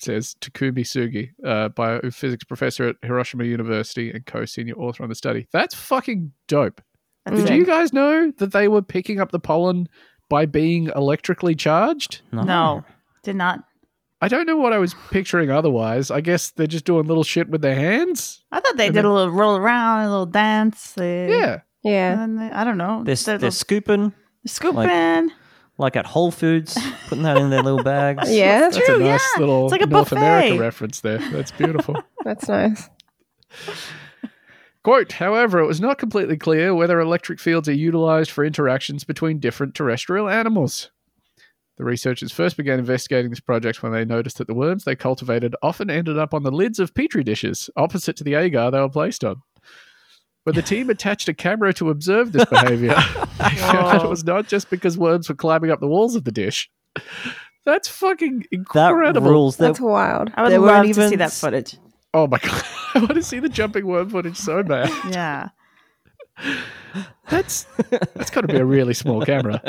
says Takumi Sugi, uh, biophysics professor at Hiroshima University and co senior author on the study. That's fucking dope. That's Did sick. you guys know that they were picking up the pollen by being electrically charged? no did not I don't know what I was picturing otherwise. I guess they're just doing little shit with their hands. I thought they And did then- a little roll around, a little dance. They, Yeah. Yeah. And then they, I don't know. They're, They're they're the- scooping. scooping. like- like at Whole Foods, putting that in their little bags. Yeah, that's, That's a nice little It's like a North America buffet. reference there. That's beautiful. that's nice. Quote, however, it was not completely clear whether electric fields are utilized for interactions between different terrestrial animals. The researchers first began investigating this project when they noticed that the worms they cultivated often ended up on the lids of petri dishes, opposite to the agar they were placed on. When the team attached a camera to observe this behavior, they found that it Whoa. was not just because worms were climbing up the walls of the dish. That's fucking That incredible. rules. That That's wild. I would There love weren't to see even that s- footage. oh my god. I want to see the jumping worm footage so bad. Yeah. That's that's got to be a really small camera.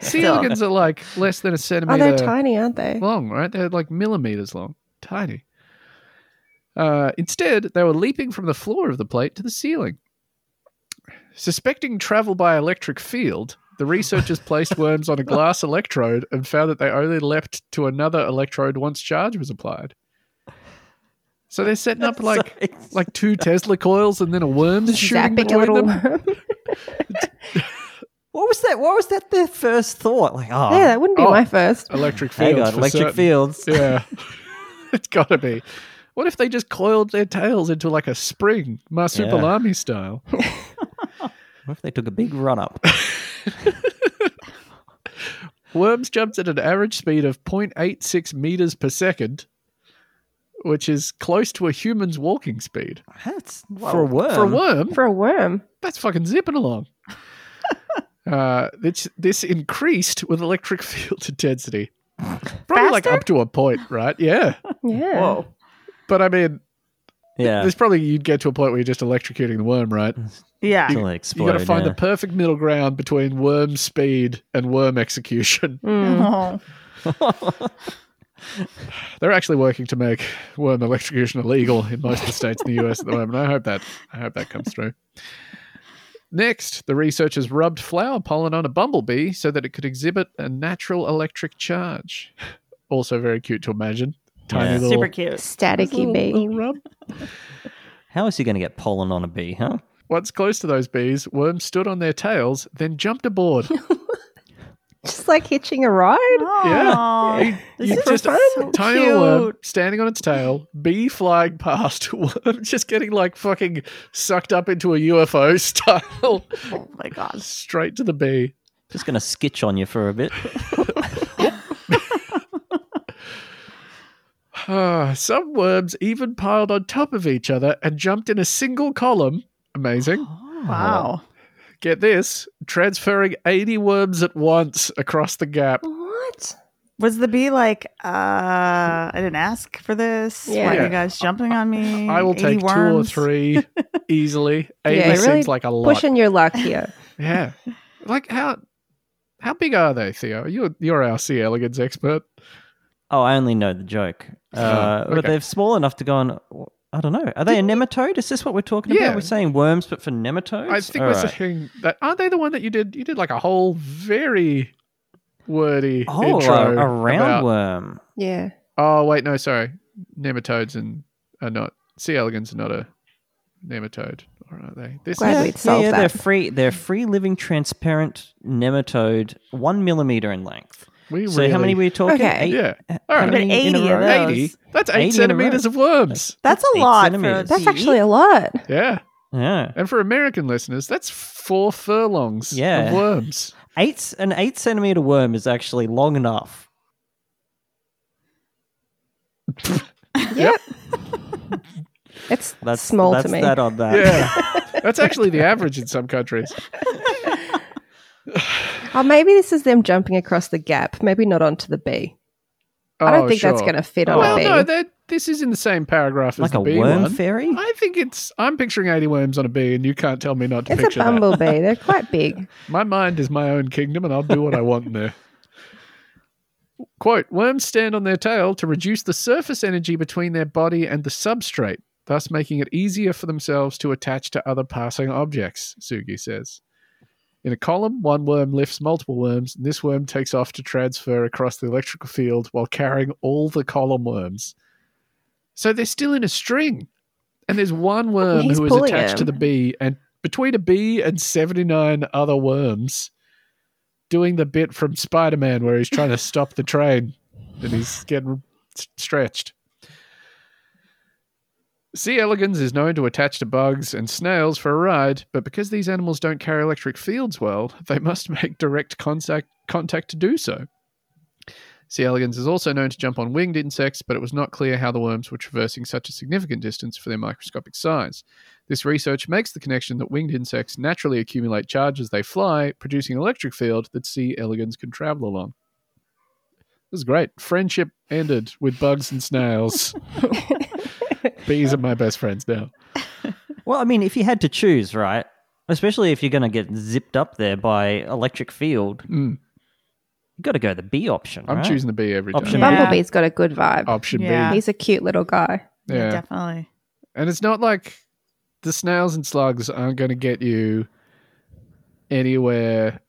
Sea Still. organs are like less than a Oh, centimeter they're tiny, aren't they? long, right? They're like millimeters long, tiny. Uh, instead, they were leaping from the floor of the plate to the ceiling. Suspecting travel by electric field, the researchers placed worms on a glass electrode and found that they only leapt to another electrode once charge was applied. So they're setting up like like two Tesla coils and then a worm that's shooting Zapping a between little them. worm. what was that? What was that? Their first thought, like, oh, yeah, that wouldn't be Oh. my first. Electric fields. hang on, for electric certain. fields. Yeah. it's got to be. What if they just coiled their tails into like a spring, marsupilami style? What if they took a big run up? Worms jumped at an average speed of 0.86 meters per second, which is close to a human's walking speed. That's for a worm. For a worm, For a worm. that's fucking zipping along. uh, this, this increased with electric field intensity. Probably like Faster? up to a point, right? Yeah. Yeah. Whoa. But I mean, Yeah, there's probably you'd get to a point where you're just electrocuting the worm, right? Yeah. Till You got they to explode, find yeah. the perfect middle ground between worm speed and worm execution. Mm. Oh. They're actually working to make worm electrocution illegal in most of the states in the US at the moment. I hope that I hope that comes through. Next, the researchers rubbed flower pollen on a bumblebee so that it could exhibit a natural electric charge. Also very cute to imagine. Tiny Yeah. little, Super cute. Staticky little- bee. little rub. How is he going to get pollen on a bee? Huh? Once close to those bees, worms stood on their tails, then jumped aboard. Just like hitching a ride. Yeah. Aw. You- This you is just- so tiny little worm cute. standing on its tail, bee flying past, worm just getting like fucking sucked up into a UFO style Oh my god. straight to the bee. Just going to skitch on you for a bit. Ah, some worms even piled on top of each other and jumped in a single column. Amazing. Wow. Get this transferring 80 worms at once across the gap. What? Was the bee like, uh, I didn't ask for this? Why Yeah. are you guys jumping on me? I will 80 take two or worms? three easily. 80 Yeah, you're seems really like a lot. Pushing your luck here. Yeah. Like how how big are they, Theo? You're you're our C elegans expert. Oh, I only know the joke. Uh, Ah, okay. But they're small enough to go on. I don't know. Are they a nematode? Is this what we're talking Yeah. about? We're saying worms, but for nematodes. I think All we're right. saying that aren't they the one that you did you did like a whole very wordy Oh, intro a, a round about- worm. Yeah. Oh wait, no, sorry. Nematodes and are not C elegans are not a nematode, or are they? This Glad is we- we'd solve yeah, they're that. free. They're free living, transparent nematode, one millimeter in length. we So how really- many were you talking? Okay. Eight, Yeah. All how right. But many in a 80 row? of those. Eighty. That's eight 80 in a centimeters of worms. That's a Eight lot. For centimeters. That's bee. actually a lot. Yeah. Yeah, And for American listeners, that's four furlongs Yeah. of worms. eight. s- An eight centimeter worm is actually long enough. Yep. it's That's small that's to me. That on that. Yeah. That's actually the average in some countries. Oh, maybe this is them jumping across the gap. Maybe not onto the bee. I don't Oh, think that's sure. going to fit on Well, a bee. no, that this is in the same paragraph as Like the a bee worm one. fairy. I think it's. I'm picturing 80 worms on a bee, and you can't tell me not to it's a picture bumblebee. They're quite big. that. My mind is my own kingdom, and I'll do what I want in there. Quote: Worms stand on their tail to reduce the surface energy between their body and the substrate, thus making it easier for themselves to attach to other passing objects. Sugi says. In a column, one worm lifts multiple worms, and this worm takes off to transfer across the electrical field while carrying all the column worms. So they're still in a string, and there's one worm He's who is pulling attached to him. the bee, and between a bee and 79 other worms, doing the bit from Spider Man where he's trying to stop the train and he's getting s- stretched. C. elegans is known to attach to bugs and snails for a ride, but because these animals don't carry electric fields well, they must make direct contact, contact to do so. C. elegans is also known to jump on winged insects, but it was not clear how the worms were traversing such a significant distance for their microscopic size. This research makes the connection that winged insects naturally accumulate charge as they fly, producing an electric field that C. elegans can travel along. This is great. Friendship ended with bugs and snails. Bees are my best friends now. Well, I mean, if you had to choose, right? Especially if you're going to get zipped up there by electric field, Mm. you got to go the B option. I'm right? choosing the bee every time. Option- Yeah. Bumblebee's got a good vibe. Option Yeah. B. He's a cute little guy. Yeah. yeah, definitely. And it's not like the snails and slugs aren't going to get you anywhere.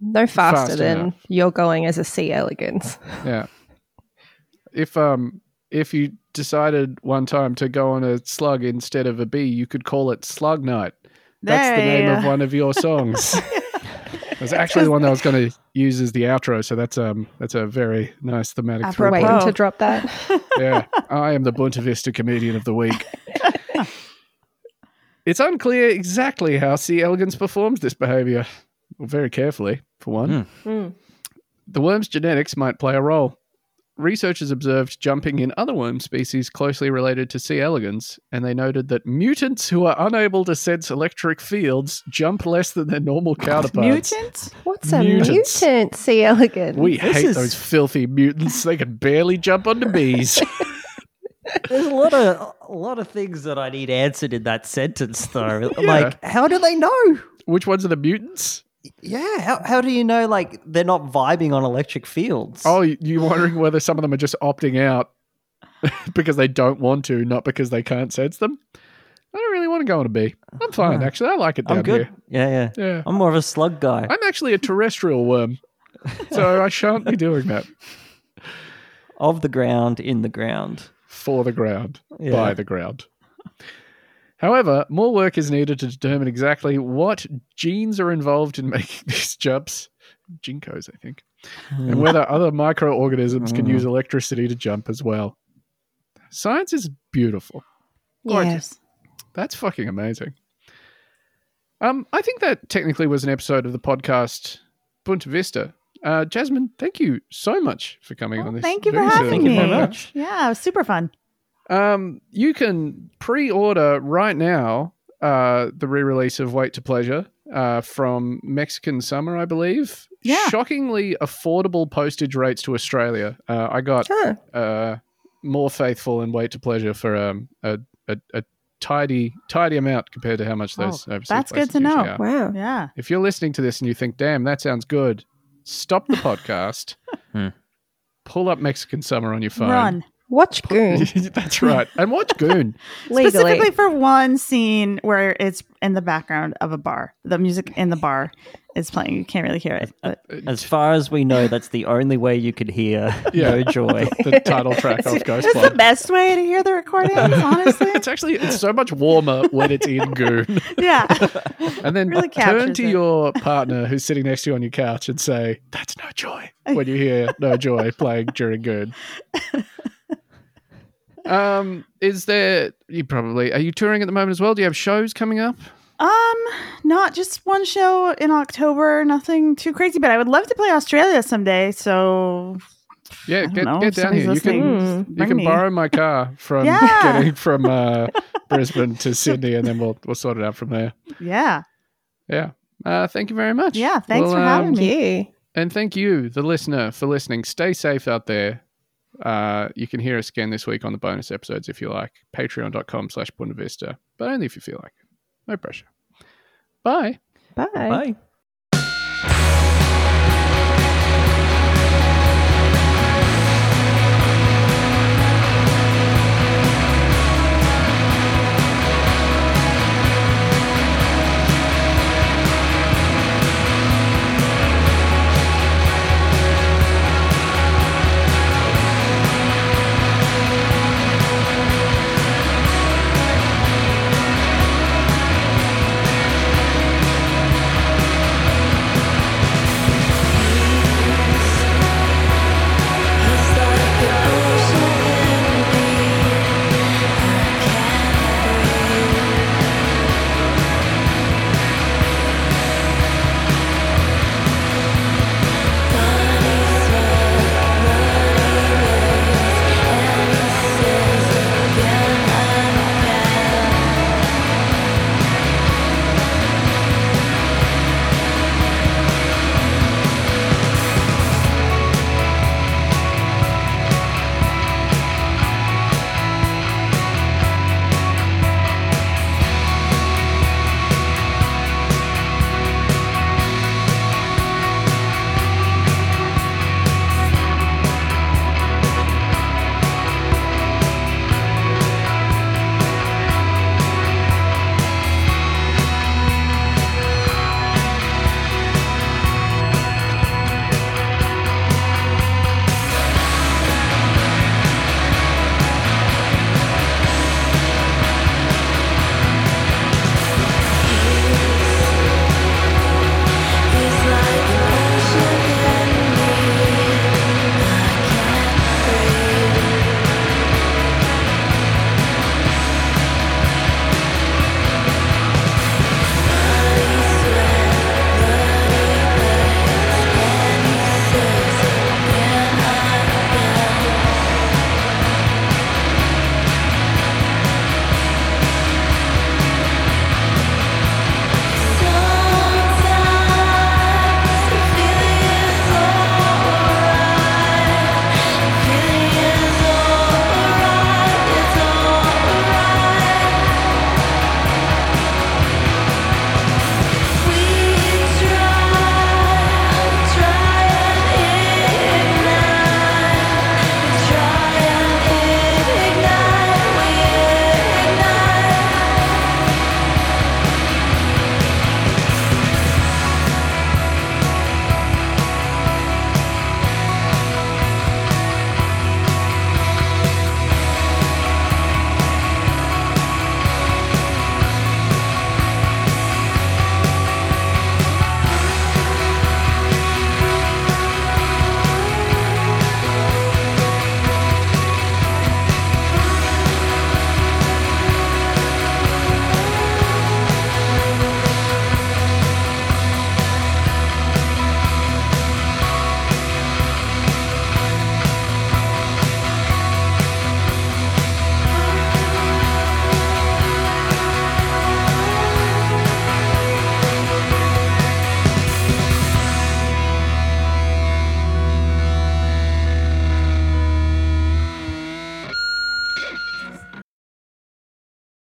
No faster Fast than enough. you're going as a sea elegans. Yeah. If um if you decided one time to go on a slug instead of a bee, you could call it Slug Night. That's the There name you of go. one of your songs. It's actually the one that I was going to use as the outro, so that's um that's a very nice thematic. Apropos. throwback. Waiting to drop that. yeah, I am the Bunta Vista comedian of the week. it's unclear exactly how C. elegans performs this behavior, well, very carefully, for one. Hmm. Mm. The worm's genetics might play a role. Researchers observed jumping in other worm species closely related to C. elegans, and they noted that mutants who are unable to sense electric fields jump less than their normal counterparts. Mutant? What's a Mutants. mutant sea elegans? We This hate is- those filthy mutants. They can barely jump onto bees. There's a lot of a lot of things that I need answered in that sentence, though. Yeah. Like, how do they know? Which ones are the mutants? Yeah, how, how do you know? Like, they're not vibing on electric fields. Oh, you- you're wondering whether some of them are just opting out because they don't want to, not because they can't sense them. I don't really want to go on a bee. I'm fine, No. actually. I like it down I'm good. Yeah, yeah. here. Yeah. I'm more of a slug guy. I'm actually a terrestrial worm, so I shan't be doing that of the ground, in the ground. for the ground, Yeah. by the ground. However, more work is needed to determine exactly what genes are involved in making these jumps. Jinkos, I think. and whether other microorganisms can Mm. use electricity to jump as well. Science is beautiful. Gorgeous. That's fucking amazing. Um, I think that technically was an episode of the podcast Bunta Vista. Uh, Jasmine, thank you so much for coming Well, on this. Oh, thank you for very having soon. Thank you very me. much. Yeah, it was super fun. Um, you can pre-order right now uh, the re-release of Wait to Pleasure uh, from Mexican Summer, I believe. Yeah. Shockingly affordable postage rates to Australia. Uh, I got Huh. uh, more faithful and Wait to Pleasure for um, a, a, a tidy tidy amount compared to how much those overseas that's good places to usually know. are. Wow. Yeah. If you're listening to this and you think, "Damn, that sounds good," stop the podcast. Hmm. Pull up Mexican Summer on your phone. Run. Watch Goon That's right. And watch Goon. legally. Specifically for one scene where it's in the background of a bar. The music in the bar is playing. You can't really hear it. But As far as we know, that's the only way you could hear Yeah. No Joy. the title track of Ghost it's the Blog. best way to hear the recordings, honestly. It's actually it's so much warmer when it's in Goon. yeah. And then Really turn captures to it. your partner who's sitting next to you on your couch and say, "That's no joy." When you hear "No Joy" playing during Goon. Um, is there? You probably are you touring at the moment as well? Do you have shows coming up? Um, not just one show in October, nothing too crazy, but I would love to play Australia someday. So Yeah, I don't get, know, get if down somebody's here. You listening, can Mm. just you bring can me. borrow my car from Yeah. getting from uh, Brisbane to Sydney, and then we'll we'll sort it out from there. Yeah. Yeah. Uh, thank you very much. um, Yeah, thanks for having me. Thank you. And thank you, the listener, for listening. Stay safe out there. Uh, you can hear us again this week on the bonus episodes if you like. Patreon.com slash Buena Vista, but only if you feel like it. No pressure. Bye. Bye. Bye.